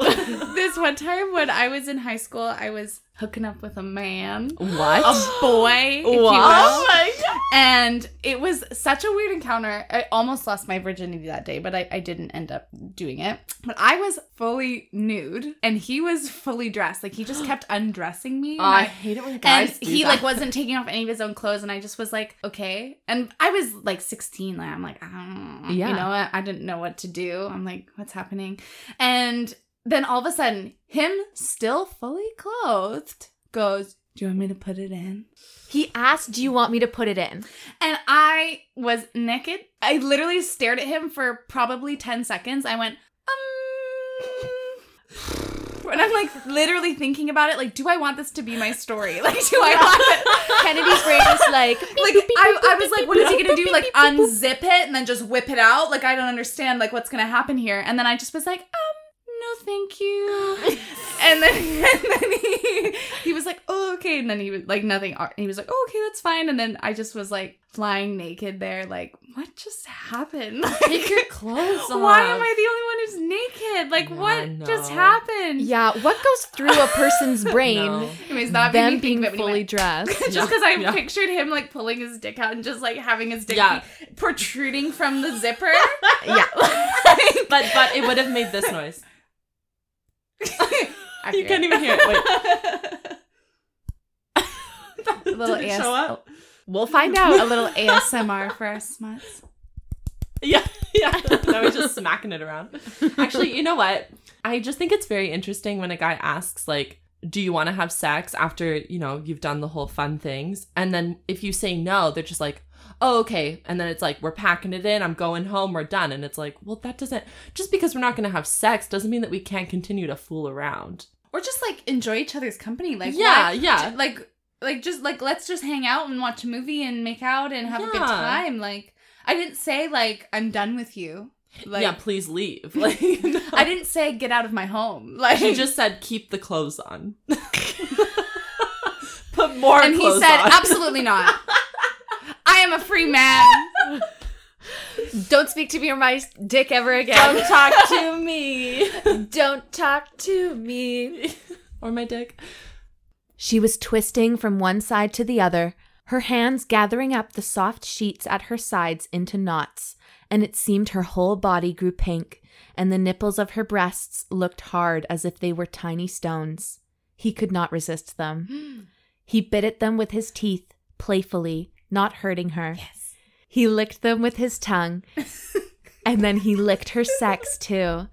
A: this one time when I was in high school, I was hooking up with a man,
B: what? Oh
A: a boy, if you will.
B: my god.
A: And it was such a weird encounter. I almost lost my virginity that day, but I, I didn't end up doing it. But I was fully nude and he was fully dressed. Like he just kept undressing me. and
B: I
A: I-
B: hate it when
A: and
B: guys do
A: he
B: that.
A: like wasn't taking off any of his own clothes and i just was like okay and i was like 16 like i'm like I don't,
C: Yeah.
A: you know I, I didn't know what to do i'm like what's happening and then all of a sudden him still fully clothed goes do you want me to put it in
C: He asked, Do you want me to put it in?
A: and i was naked i literally stared at him for probably 10 seconds i went um and I'm like literally thinking about it, like, do I want this to be my story? Like, do I want it?
C: Kennedy's brain was like,
A: like I, I was like what is he gonna do like unzip it and then just whip it out like i don't understand like what's gonna happen here and then i just was like um no thank you and then and then he he was like oh okay and then he was like nothing ar- he was like oh, okay that's fine and then i just was like flying naked there like what just happened
B: take your clothes off.
A: why am i the only one who's naked like
B: Yeah,
A: what
B: no.
A: just happened
C: Yeah, what goes through a person's brain?
B: No.
A: anyways that made
C: Them
A: me think
C: being
A: that when he
C: fully
A: went-
C: dressed.
A: just because I
B: Yeah.
A: pictured him like pulling his dick out and just like having his dick
B: Yeah.
A: be- protruding from the zipper.
C: yeah.
B: But but it would have made this noise. You can't even hear it. Wait.
A: a little
B: Did it show
A: AS-
B: up?
C: We'll find out.
A: a little ASMR for our smuts.
B: Yeah, yeah. No, we're just smacking it around. Actually, you know what? I just think it's very interesting when a guy asks, like, do you want to have sex after, you know, you've done the whole fun things? And then if you say no, they're just like, oh, okay. And then it's like, we're packing it in. I'm going home. We're done. And it's like, well, that doesn't, just because we're not going to have sex doesn't mean that we can't continue to fool around.
A: Or just like enjoy each other's company. Like
B: yeah,
A: why-
B: yeah.
A: like like just like let's just hang out and watch a movie and make out and have a good
B: Yeah.
A: time. Like I didn't say like I'm done with you. Like
B: yeah, please leave. Like, no.
A: I didn't say get out of my home. Like
B: she just said, keep the clothes on. Put more
A: and he
B: clothes
A: said
B: on.
A: absolutely not. I am a free man.
C: Don't speak to me or my dick ever again.
B: Don't talk to me.
C: Don't talk to me.
B: or my dick.
C: She was twisting from one side to the other, her hands gathering up the soft sheets at her sides into knots, and it seemed her whole body grew pink, and the nipples of her breasts looked hard as if they were tiny stones. He could not resist them. He bit at them with his teeth, playfully, not hurting her. Yes. He licked them with his tongue, and then he licked her sex too.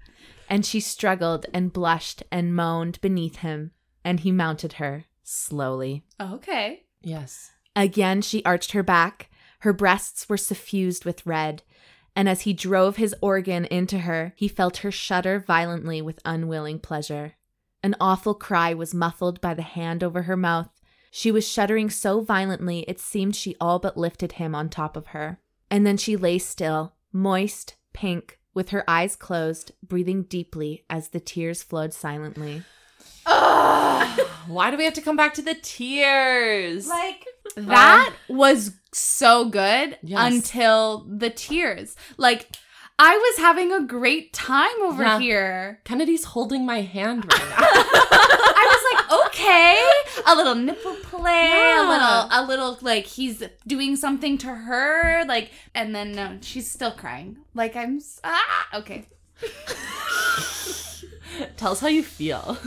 C: And she struggled and blushed and moaned beneath him, and he mounted her slowly.
A: Oh, okay.
B: Yes.
C: Again, she arched her back. Her breasts were suffused with red. And as he drove his organ into her, he felt her shudder violently with unwilling pleasure. An awful cry was muffled by the hand over her mouth. She was shuddering so violently it seemed she all but lifted him on top of her. And then she lay still, moist, pink, with her eyes closed, breathing deeply as the tears flowed silently.
B: Why do we have to come back to the tears?
A: Like that was so good
B: Yes.
A: until the tears. Like I was having a great time over
B: Yeah.
A: here.
B: Kennedy's holding my hand right
A: I was like, okay, a little nipple play,
B: Yeah.
A: a little, a little like he's doing something to her, like, and then no, she's still crying. Like I'm, s- ah, okay,
B: now. Tell us how you feel.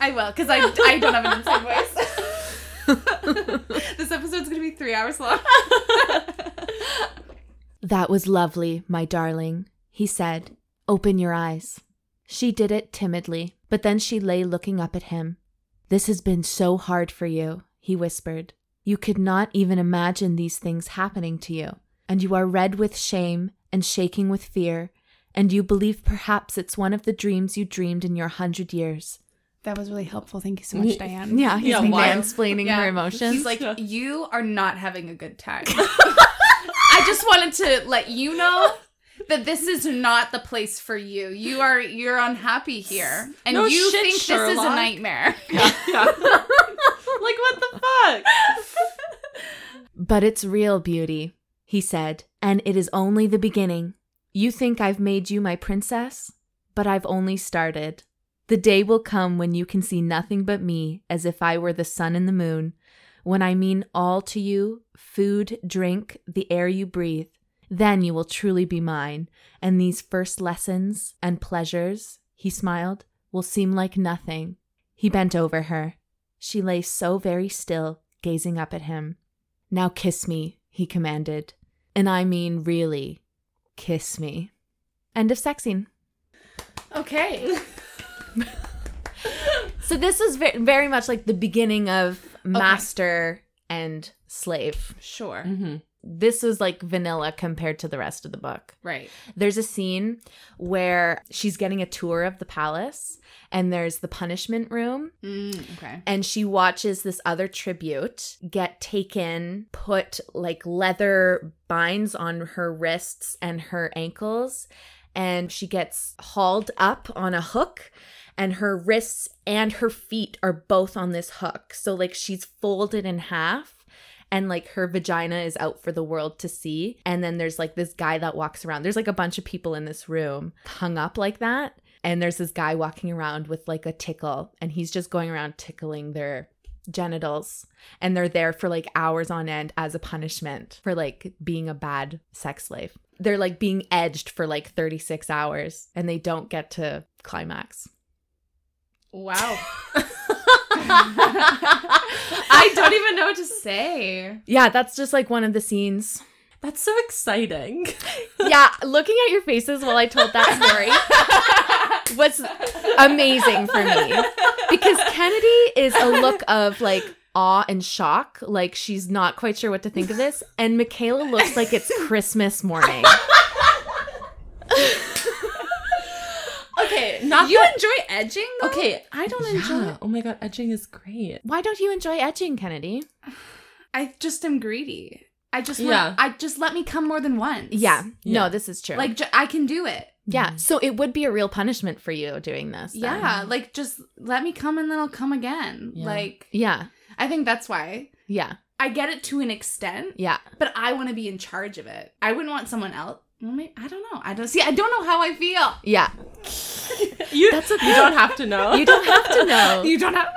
A: I will, because I, I don't have an inside voice. this episode's gonna be three hours long.
C: That was lovely, my darling, he said. Open your eyes. She did it timidly, but then she lay looking up at him. This has been so hard for you, he whispered. You could not even imagine these things happening to you, and you are red with shame and shaking with fear, and you believe perhaps it's one of the dreams you dreamed in your hundred years.
A: That was really helpful. Thank you so much, Diane.
C: Yeah, he's
B: Yeah, why?
C: mansplaining
A: Yeah.
C: her emotions.
A: He's like, you are not having a good time. I just wanted to let you know that this is not the place for you. You are you're unhappy here, and
B: No
A: you
B: shit,
A: think this is a
B: Sherlock.
A: nightmare.
B: like what the fuck?
C: But it's real beauty, he said, and it is only the beginning. You think I've made you my princess, but I've only started. The day will come when you can see nothing but me as if I were the sun and the moon, when I mean all to you food, drink, the air you breathe. Then you will truly be mine, and these first lessons and pleasures, he smiled, will seem like nothing. He bent over her. She lay so very still, gazing up at him. Now kiss me, he commanded. And I mean, really, kiss me. End of sex scene.
A: Okay.
C: So this is ve- very much like the beginning of master and slave.
A: Sure.
B: Mm-hmm.
C: This is like vanilla compared to the rest of the book.
A: Right.
C: There's a scene where she's getting a tour of the palace and there's the punishment room
A: Mm, okay.
C: and she watches this other tribute get taken, put like leather binds on her wrists and her ankles, and she gets hauled up on a hook, and her wrists and her feet are both on this hook. So, like, she's folded in half. And like her vagina is out for the world to see. And then there's like this guy that walks around. There's like a bunch of people in this room hung up like that and there's this guy walking around with like a tickle and he's just going around tickling their genitals and they're there for like hours on end as a punishment for like being a bad sex slave they're like being edged for like 36 hours and they don't get to climax
A: Wow. I don't even know what to say.
C: yeah that's just like one of the scenes
B: That's so exciting.
C: yeah looking at your faces while i told that story was amazing for me because Kennedy is a look of like awe and shock, like she's not quite sure what to think of this, and Michaela looks like it's Christmas morning.
D: Okay, not
A: You enjoy edging? Though?
D: okay. I don't enjoy.
B: Yeah. Oh my god, etching is great.
C: Why don't you enjoy etching, Kennedy?
D: I just am greedy.
A: I just want.
B: Yeah.
A: I just let me come more than once.
C: Yeah,
B: Yeah.
C: no, this is true.
A: Like j- I can do it.
C: yeah, so it would be a real punishment for you doing this. then.
A: Yeah. Like just let me come and then I'll come again.
B: Yeah.
A: Like
C: yeah,
A: I think that's why
C: yeah,
A: I get it to an extent,
C: yeah.
A: but I want to be in charge of it. I wouldn't want someone else. Well, may- I don't know. I don't see. I don't know how I feel.
C: yeah.
B: You, That's okay. you don't have to know.
C: You don't have to know.
A: You don't have.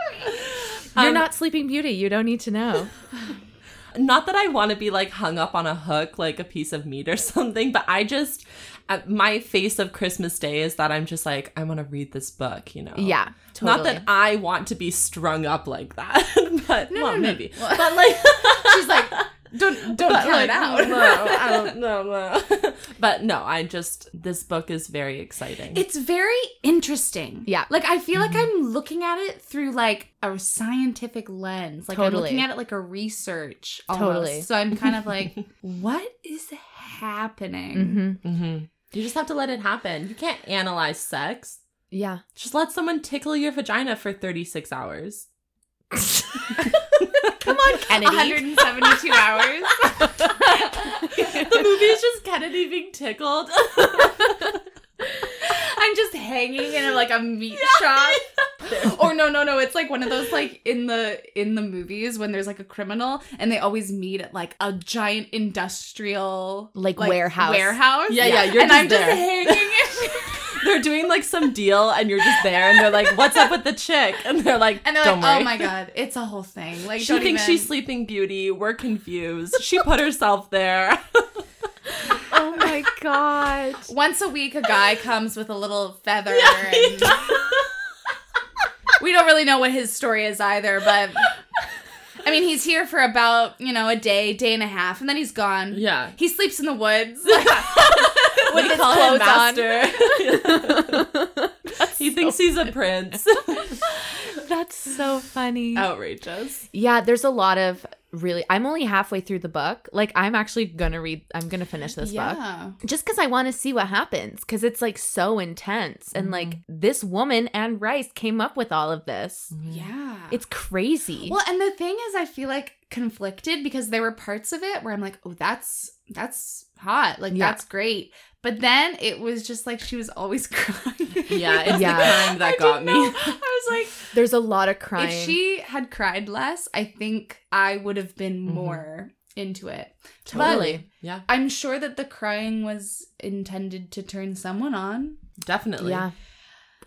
C: You're
B: Um,
C: not Sleeping Beauty. You don't need to know.
B: not that I want to be like hung up on a hook like a piece of meat or something, but I just uh, my face of Christmas Day is that I'm just like I want to read this book, you know.
C: Yeah,
B: Oh. Not
C: totally.
B: that I want to be strung up like that, but well,
A: no, no.
B: maybe. But like,
A: She's like, don't don't count it out.
B: no, I don't know, no. but no, I just this book is very exciting.
A: It's very interesting.
C: Yeah. Mm-hmm.
A: Like I feel like I'm looking at it through like a scientific lens. Like
C: Totally.
A: I'm looking at it like a research. Almost.
C: Totally.
A: So I'm kind of like, what is happening?
C: hmm
B: Mhm. You just have to let it happen. You can't analyze sex.
C: Yeah.
B: Just let someone tickle your vagina for 36 hours.
C: Come on, Kennedy.
A: 172 hours.
B: the movie is just Kennedy being tickled.
A: I'm just hanging in like a meat shop. or no, no, no. It's like one of those like in the in the movies when there's like a criminal and they always meet at like a giant industrial
C: Like warehouse.
A: Warehouse.
B: Yeah, yeah, you're
A: and
B: just
A: I'm
B: there.
A: just hanging in
B: they're doing like some deal and you're just there and they're like, what's up with the chick? And they're like,
A: And they're
B: don't
A: like,
B: worry.
A: oh my god, it's a whole thing. Like
B: She
A: don't
B: thinks
A: even-
B: she's Sleeping Beauty. We're confused. She put herself there.
C: Oh my god.
A: once a week a guy comes with a little feather and we don't really know what his story is either, but I mean he's here for about, you know, a day, day and a half, and then he's gone.
B: Yeah.
A: He sleeps in the woods.
B: With
A: his clothes on.
B: he thinks he's a prince.
C: That's so funny.
B: Outrageous.
C: Oh. Yeah, there's a lot of really I'm only halfway through the book. Like I'm actually going to read I'm going to finish this book.
A: yeah.
C: Just cuz I want to see what happens cuz it's like so intense and like this woman and Rice came up with all of this.
A: Mm-hmm. Yeah.
C: It's crazy.
A: Well, and the thing is, I feel like conflicted because there were parts of it where I'm like, oh, that's that's hot, like
C: Yeah.
A: that's great. But then it was just like she was always crying.
B: Yeah, it's
C: Yeah.
B: the kind that got me.
A: I was like,
C: There's a lot of crying.
A: if she had cried less, I think I would have been more into it.
C: Totally.
B: yeah,
A: But I'm sure that the crying was intended to turn someone on.
B: definitely.
C: yeah.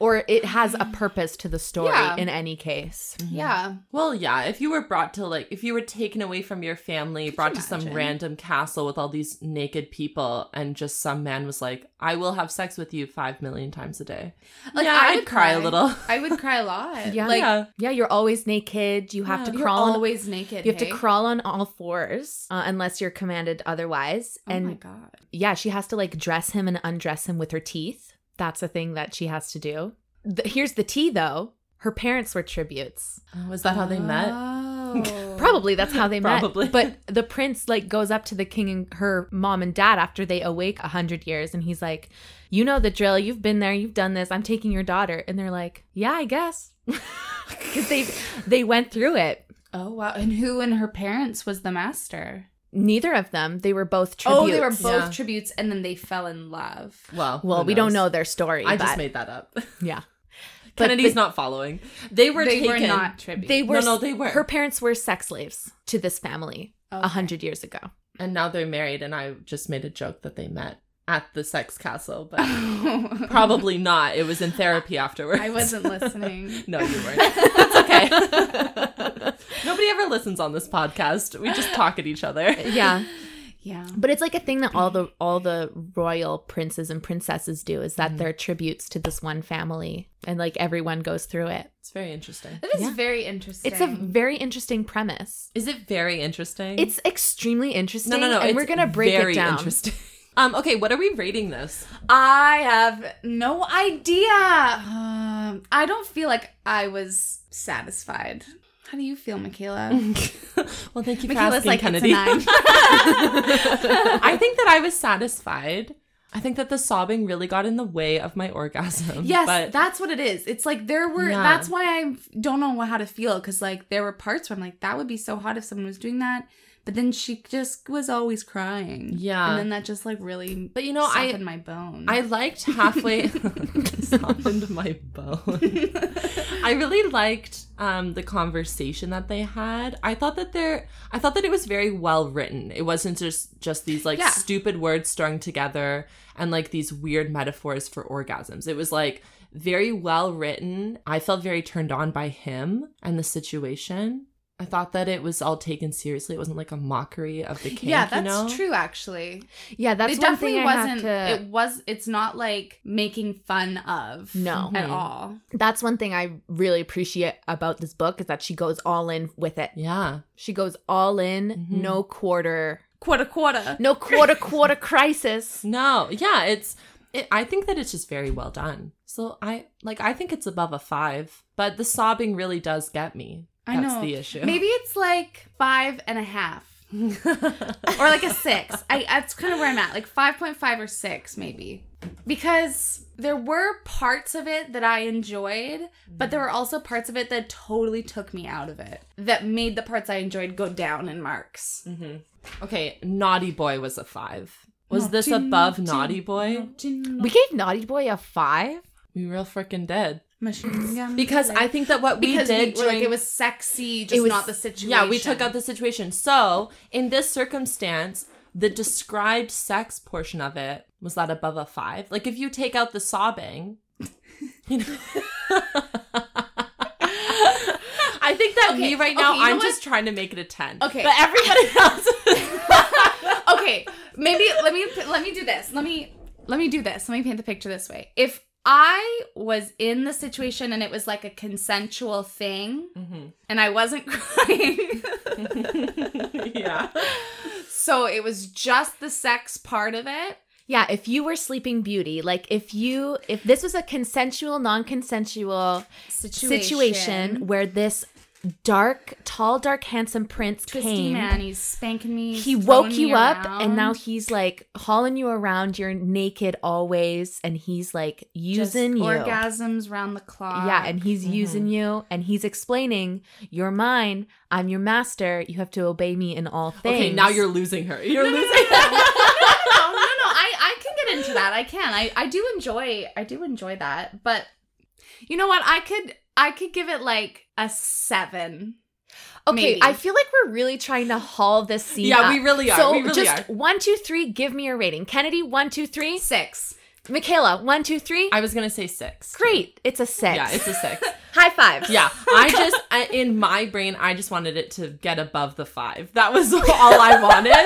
C: Or it has a purpose to the story
A: Mm-hmm. Yeah.
C: in any case.
A: Yeah.
B: Mm-hmm. Well, yeah, if you were brought to like if you were taken away from your family, brought to some
A: imagine?
B: random castle with all these naked people and just some man was like, "I will have sex with you 5 million times a day."
A: Like
B: yeah,
A: I
B: I'd
A: would
B: cry. a
A: cry.
B: little.
A: I would cry a lot.
C: Yeah.
A: Like
B: yeah.
C: Yeah, you're always naked. You have
B: Yeah,
C: to
A: you're
C: crawl on
A: always naked.
C: You have
A: hey?
C: to crawl on all fours uh, unless you're commanded otherwise.
A: Oh my
C: and
A: god.
C: yeah, she has to like dress him and undress him with her teeth. That's a thing that she has to do. The, here's the tea though. Her parents were tributes.
B: Oh, is that how they met?
A: Oh.
C: Probably that's how they
B: Probably.
C: met. But the prince like goes up to the king and her mom and dad after they awake a hundred years, and he's like, "You know the drill. You've been there. You've done this. I'm taking your daughter." And they're like, "Yeah, I guess," because they they went through it.
A: Oh wow! And who and her parents was the master?
C: Neither of them. They were both tributes.
A: Oh, they were both
B: Yeah.
A: tributes, and then they fell in love.
B: Well,
C: Well,
B: who
C: we don't
B: knows?
C: know their story.
B: I
C: but
B: just made that up.
C: yeah. But
B: Kennedy's
C: they-
B: not following. They were
A: they
B: taken.
A: were not tributes.
C: They were
B: no, they were.
C: Her parents were sex slaves to this family a
A: Okay.
C: hundred years ago.
B: and now they're married and I just made a joke that they met at the sex castle, but
A: I
B: probably not. It was in therapy afterwards.
A: wasn't listening.
B: No, you weren't. That's okay. Nobody ever listens on this podcast. We just talk at each other.
C: Yeah,
A: Yeah.
C: but it's like a thing that all the all the royal princes and princesses do is
B: Mm-hmm.
C: that they're tributes to this one family, and like everyone goes through it.
B: It's very interesting.
A: That is
C: Yeah.
A: very interesting.
C: It's a very interesting premise.
B: Is it very interesting?
C: It's extremely interesting.
B: no, no, no.
C: and
B: it's
C: we're gonna break
B: very
C: it down.
B: Interesting. Um, okay, what are we rating this?
A: I have no idea. Um, I don't feel like I was satisfied. How do you feel, Michaela?
B: Well, thank you for
A: Michaela's
B: asking,
A: like, it's a
B: Kennedy.
A: nine.
B: I think that I was satisfied. I think that the sobbing really got in the way of my orgasm.
A: Yes,
B: but
A: that's what it is. It's like there were.
B: Yeah.
A: That's why I don't know how to feel because like there were parts where I'm like, that would be so hot if someone was doing that. But then she just was always crying.
B: Yeah.
A: and then that just like really.
B: But you know, I-
A: softened my bone.
B: I liked halfway softened my bone. I really liked um, the conversation that they had. I thought that there, I thought that it was very well written. It wasn't just just these like
A: Yeah.
B: stupid words strung together and like these weird metaphors for orgasms. It was like very well written. I felt very turned on by him and the situation. I thought that it was all taken seriously. It wasn't like a mockery of the kink.
A: yeah, that's
B: you know?
A: true. Actually,
C: Yeah, that's
A: it
C: one
A: definitely
C: thing I have
A: wasn't.
C: to-
A: It was. It's not like making fun of.
C: No.
A: at
B: Mhm.
A: all.
C: that's one thing I really appreciate about this book is that she goes all in with it.
B: Yeah.
C: She goes all in,
B: Mhm.
A: Mm-hmm.
C: no quarter,
A: Quarter, quarter.
C: no quarter quarter crisis.
B: No, yeah, it's. It, I think that it's just very well done. So I like. I think it's above a five, but the sobbing really does get me.
A: I
B: That's
A: know.
B: the issue.
A: Maybe it's like five and a half. or like a six. I that's kind of where I'm at, like five point five or six maybe, because there were parts of it that I enjoyed, but
C: Mm.
A: there were also parts of it that totally took me out of it. That made the parts I enjoyed go down in marks.
B: Mm-hmm. okay, Naughty Boy was a five. Was this above Naughty Boy?
C: We gave Naughty Boy a five.
B: We real freaking did
A: Machine gun.
B: because I think that what we
A: because we
B: did
A: were
B: during
A: like it was sexy, just
B: It was-
A: not the situation.
B: Yeah, we took out the situation. So in this circumstance, the described sex portion of it was that above a five. Like if you take out the sobbing, you know. I think that me
A: Okay,
B: right now,
A: okay, you know
B: I'm
A: what?
B: just trying to make it a ten.
A: Okay.
B: but everybody else.
A: okay maybe let me let me do this let me let me do this let me paint the picture this way if i was in the situation and it was like a consensual thing
C: Mm-hmm.
A: and i wasn't crying
B: yeah.
A: so it was just the sex part of it
C: Yeah, if you were Sleeping Beauty, like if you if this was a consensual, non-consensual
A: situation,
C: situation, where this dark, tall, dark, handsome prince
A: twisty
C: came.
A: man he's spanking me
C: He
A: he's
C: woke
A: throwing
C: you
A: me
C: up and
A: around.
C: now he's like hauling you around. You're naked always and he's like
A: Just
C: using you.
A: orgasms round the clock
C: Yeah, and he's
B: Mm-hmm.
C: using you and he's explaining, You're mine, I'm your master, you have to obey me in all things.
B: Okay, now you're losing her. You're losing.
A: no, no, no. I, I can get into that. I can. I, I do enjoy I do enjoy that. But you know what? I could I could give it like a seven.
C: Okay,
A: maybe.
C: I feel like we're really trying to haul this scene.
B: Yeah,
C: up.
B: we really are.
C: So
B: We really
C: just
B: are.
C: one, two, three, give me your rating. Kennedy, one, two, three.
A: Six.
C: Michaela, one, two, three.
B: I was gonna say six.
C: Great. It's a six.
B: Yeah, it's a six.
C: High five.
B: Yeah, I just I, in my brain, I just wanted it to get above the five. That was all I wanted.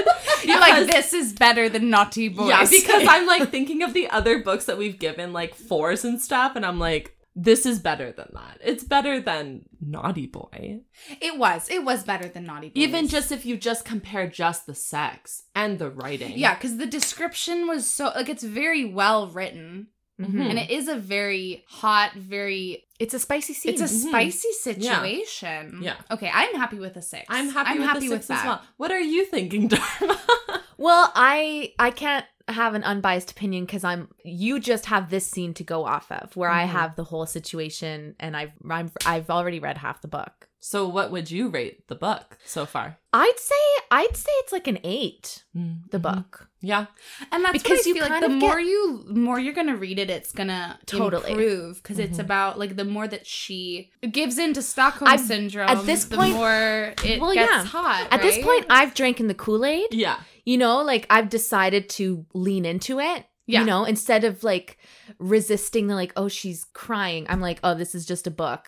A: You're like,
B: Because-
A: this is better than naughty boys.
B: Yeah, because I'm like thinking of the other books that we've given like fours and stuff, and I'm like, this is better than that. It's better than Naughty Boy.
A: it was. It was better than naughty boys.
B: Even just if you just compare just the sex and the writing.
A: Yeah, because the description was so like it's very well written.
C: Hmm.
B: Mhm.
A: And it is a very hot, very
C: Mm-hmm. It's a spicy scene.
A: it's a
B: Mhm.
A: spicy
B: Yeah.
A: situation.
B: Yeah.
A: Okay, I'm happy with a six.
B: I'm happy with the six as well. What are you thinking, Dharma?
C: well, I I can't have an unbiased opinion because I'm you just have this scene to go off of where I
B: Mhm.
C: have the whole situation and I've I'm, I've already read half the book.
B: so, what would you rate the book so far?
C: I'd say I'd say it's like an eight.
B: Mm,
C: The
B: mhm.
C: book.
B: Yeah.
A: And that's
C: Because
A: because
C: you
A: you feel like
C: kind
A: the
C: of
A: more you more you're gonna read it, it's gonna
C: Totally.
A: totally improve because it's about like the more that she gives into Stockholm
C: I-
A: syndrome.
C: at this
A: the
C: point-
A: more it
C: Well,
A: gets
C: yeah.
A: hot.
C: At this
A: right?
C: point, I've drank in the Kool Aid.
B: Yeah.
C: you know like i've decided to lean into it
A: Yeah.
C: you know instead of like resisting the like oh she's crying i'm like oh this is just a book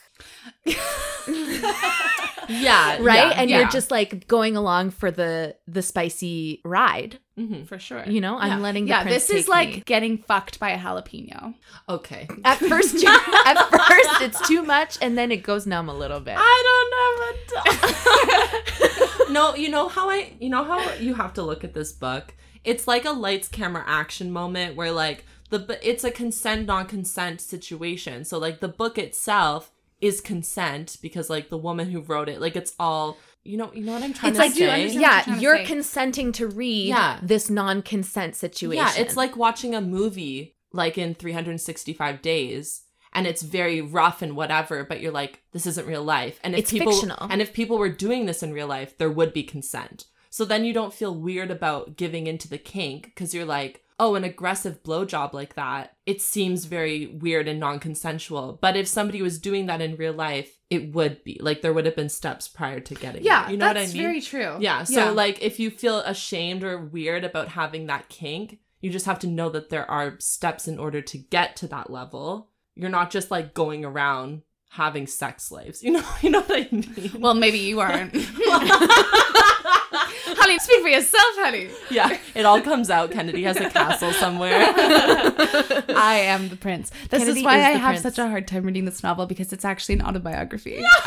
B: Yeah.
C: right
B: yeah,
C: and
B: yeah.
C: you're just like going along for the the spicy ride
B: Mhm.
A: for sure.
C: you know i'm letting the
A: yeah,
C: prince
A: this is
C: take
A: like
C: me.
A: getting fucked by a jalapeno.
B: Okay.
C: at first you, at first it's too much and then it goes numb a little bit
B: I don't know. no, you know how I, you know how you have to look at this book. It's like a lights, camera, action moment where like the bu- it's a consent non-consent situation. So like the book itself is consent because like the woman who wrote it, like it's all you know. You know what I'm trying
E: It's
B: to
E: like, do you
B: say?
E: understand what
C: yeah,
E: I'm trying to
C: you're
E: say.
C: consenting to read
B: Yeah.
C: this non-consent situation.
B: Yeah, it's like watching a movie like in 365 days and it's very rough and whatever, but you're like this isn't real life. And if
C: It's
B: people
C: fictional.
B: and if people were doing this in real life, there would be consent. So then you don't feel weird about giving into the kink cuz you're like, "Oh, an aggressive blowjob like that, it seems very weird and non-consensual." But if somebody was doing that in real life, it would be. Like there would have been steps prior to getting it.
A: Yeah,
B: You know what I
A: that's
B: mean?
A: very true.
B: Yeah. So like if you feel ashamed or weird about having that kink, you just have to know that there are steps in order to get to that level. You're not just like going around having sex slaves. You know, you know what I mean?
A: well, maybe you aren't. honey, speak for yourself, honey.
B: yeah, it all comes out. Kennedy has a castle somewhere.
A: I am the prince. This
C: Kennedy
A: is why
C: is
A: I
C: the
A: have
C: prince.
A: such a hard time reading this novel because it's actually an autobiography.
C: um,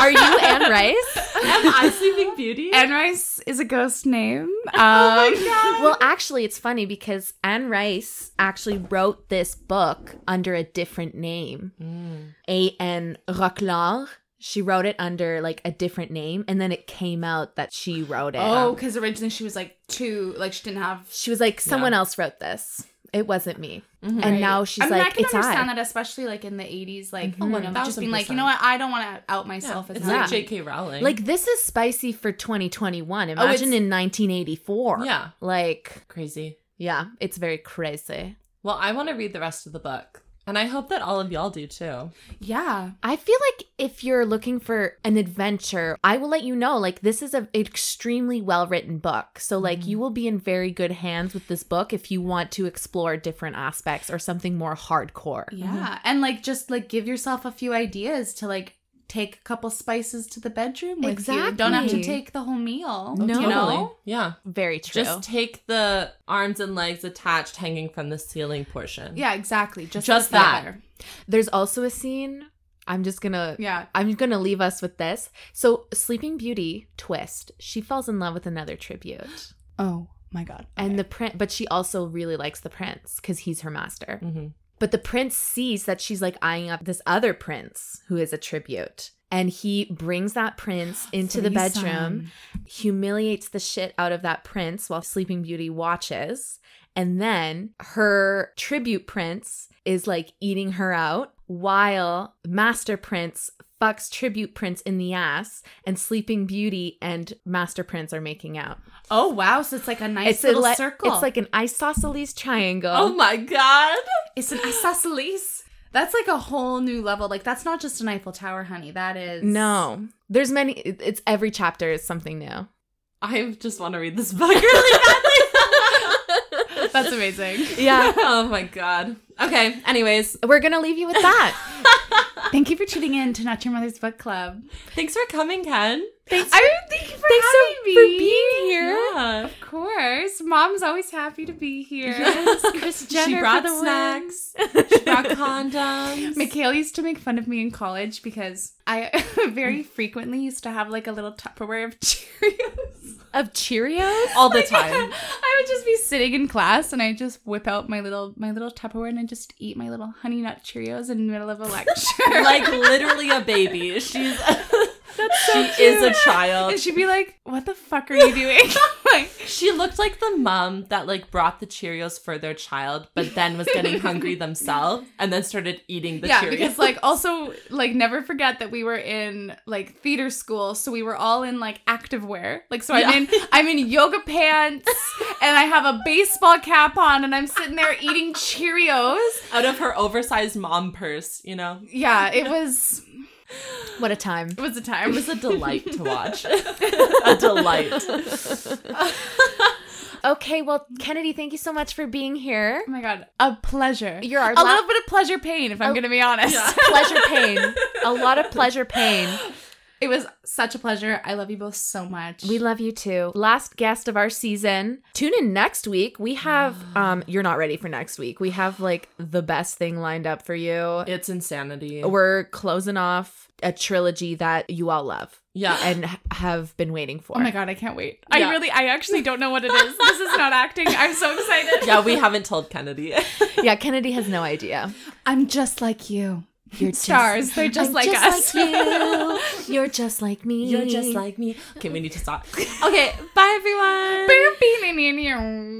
C: are you Anne Rice?
B: Am I Sleeping Beauty?
A: Anne Rice is a ghost name.
C: Oh
A: Um,
C: well, actually, it's funny because Anne Rice actually wrote this book under a different name,
B: Mm.
C: A N Roquelaure. She wrote it under like a different name, and then it came out that she wrote it.
A: Oh, because originally she was like two, like she didn't have.
C: she was like, someone
B: Yeah.
C: else wrote this. It wasn't me.
B: Mhm.
C: And now she's
A: I mean,
C: like,
A: I can
C: it's I.
A: understand that, especially like in the '80s, like
B: Mhm.
A: women just being like, you know
B: 1000%.
A: what, I don't want to out myself
B: Yeah,
A: as
B: it's
A: an
B: like
A: actor."
B: J.K. Rowling.
C: Like this is spicy for 2021. Imagine
B: it's-
C: in 1984.
B: yeah,
C: Like,
B: crazy.
C: yeah, it's very crazy.
B: Well, I want to read the rest of the book, and I hope that all of y'all do too.
A: Yeah,
C: I feel like if you're looking for an adventure, I will let you know. Like this is a extremely well-written book. So like you will be in very good hands with this book if you want to explore different aspects or something more hardcore. Mm-hmm.
A: yeah, and like just like give yourself a few ideas to like take a couple spices to the bedroom with you. Don't have
C: Exactly.
A: to take the whole meal.
C: No.
A: you know.
B: Yeah.
C: Very true.
B: Just take the arms and legs attached, hanging from the ceiling portion.
A: Yeah, exactly. Just
B: Just
A: like
B: that.
A: better.
C: There's also a scene I'm just going to
A: Yeah.
C: I'm going to leave us with this. So, Sleeping Beauty twist. She falls in love with another tribute.
A: Oh my god.
C: And the prince, but she also really likes the prince because he's her master.
B: Mm-hmm.
C: But the prince sees that she's like eyeing up this other prince who is a tribute. And he brings that prince into the bedroom, humiliates the shit out of that prince while Sleeping Beauty watches. And then her tribute prince is like eating her out while Master Prince fucks Tribute Prince in the ass. And Sleeping Beauty and Master Prince are making out.
A: Oh wow, so it's like a nice
C: it's, a
A: little
C: li-
A: circle.
C: it's like an isosceles triangle.
B: Oh my god.
A: it's an isosceles. That's like a whole new level. Like that's not just an Eiffel Tower, honey. That is
C: No, there's many. it- It's every chapter is something new.
B: I just want to read this book really badly.
A: That's amazing.
C: Yeah,
B: oh my god. Okay, anyways,
C: we're gonna leave you with that.
A: Thank you for tuning in to Not Your Mother's Book Club.
B: thanks for coming, Ken.
A: Thanks. I mean, thank you for
C: Thanks so-
A: having me.
C: for being here.
B: Yeah.
A: Of course, Mom's always happy to be here. Yes, Chris Jenner
B: she brought
A: for the win.
B: snacks. she brought condoms.
A: Mikhail used to make fun of me in college because I very frequently used to have like a little Tupperware of Cheerios.
C: Of Cheerios.
B: all
A: Oh
B: the time.
A: I would just be sitting in class and I just whip out my little my little Tupperware and I just eat my little honey nut Cheerios in the middle of a lecture.
B: like literally a baby. She's she is a child.
A: and she'd be like, "What the fuck are you doing?" like,
B: She looked like the mom that like brought the Cheerios for their child, but then was getting hungry themselves and then started eating the
A: yeah,
B: Cheerios.
A: because like also like never forget that we were in like theater school, so we were all in like active wear. Like so
B: Yeah.
A: I'm in I'm in yoga pants and I have a baseball cap on and I'm sitting there eating Cheerios.
B: out of her oversized mom purse, you know.
A: Yeah, it was
C: What a time.
A: it was a time.
B: It was a delight to watch. a delight.
C: Okay, well, Kennedy, thank you so much for being here.
A: Oh my god, a pleasure.
C: You're our
A: a
C: la-
A: little bit of pleasure pain, if I'm
C: Oh.
A: gonna be honest.
B: Yeah.
C: pleasure pain. A lot of pleasure pain.
A: It was such a pleasure. I love you both so much.
C: We love you too. Last guest of our season. Tune in next week. We have um you're not ready for next week. We have like the best thing lined up for you.
B: It's insanity.
C: We're closing off a trilogy that you all love
B: yeah.
C: and h- have been waiting for.
A: Oh my god, I can't wait.
B: Yeah.
A: I really I actually don't know what it is. this is not acting. I'm so excited.
B: yeah, we haven't told Kennedy.
C: Yeah, Kennedy has no idea.
A: I'm just like you.
C: You're
A: Stars, they're just like us.
C: you. You're just like me.
B: You're just like me. Okay, we need to stop.
C: Okay, bye everyone.
A: Boop, beep, beep, beep, beep.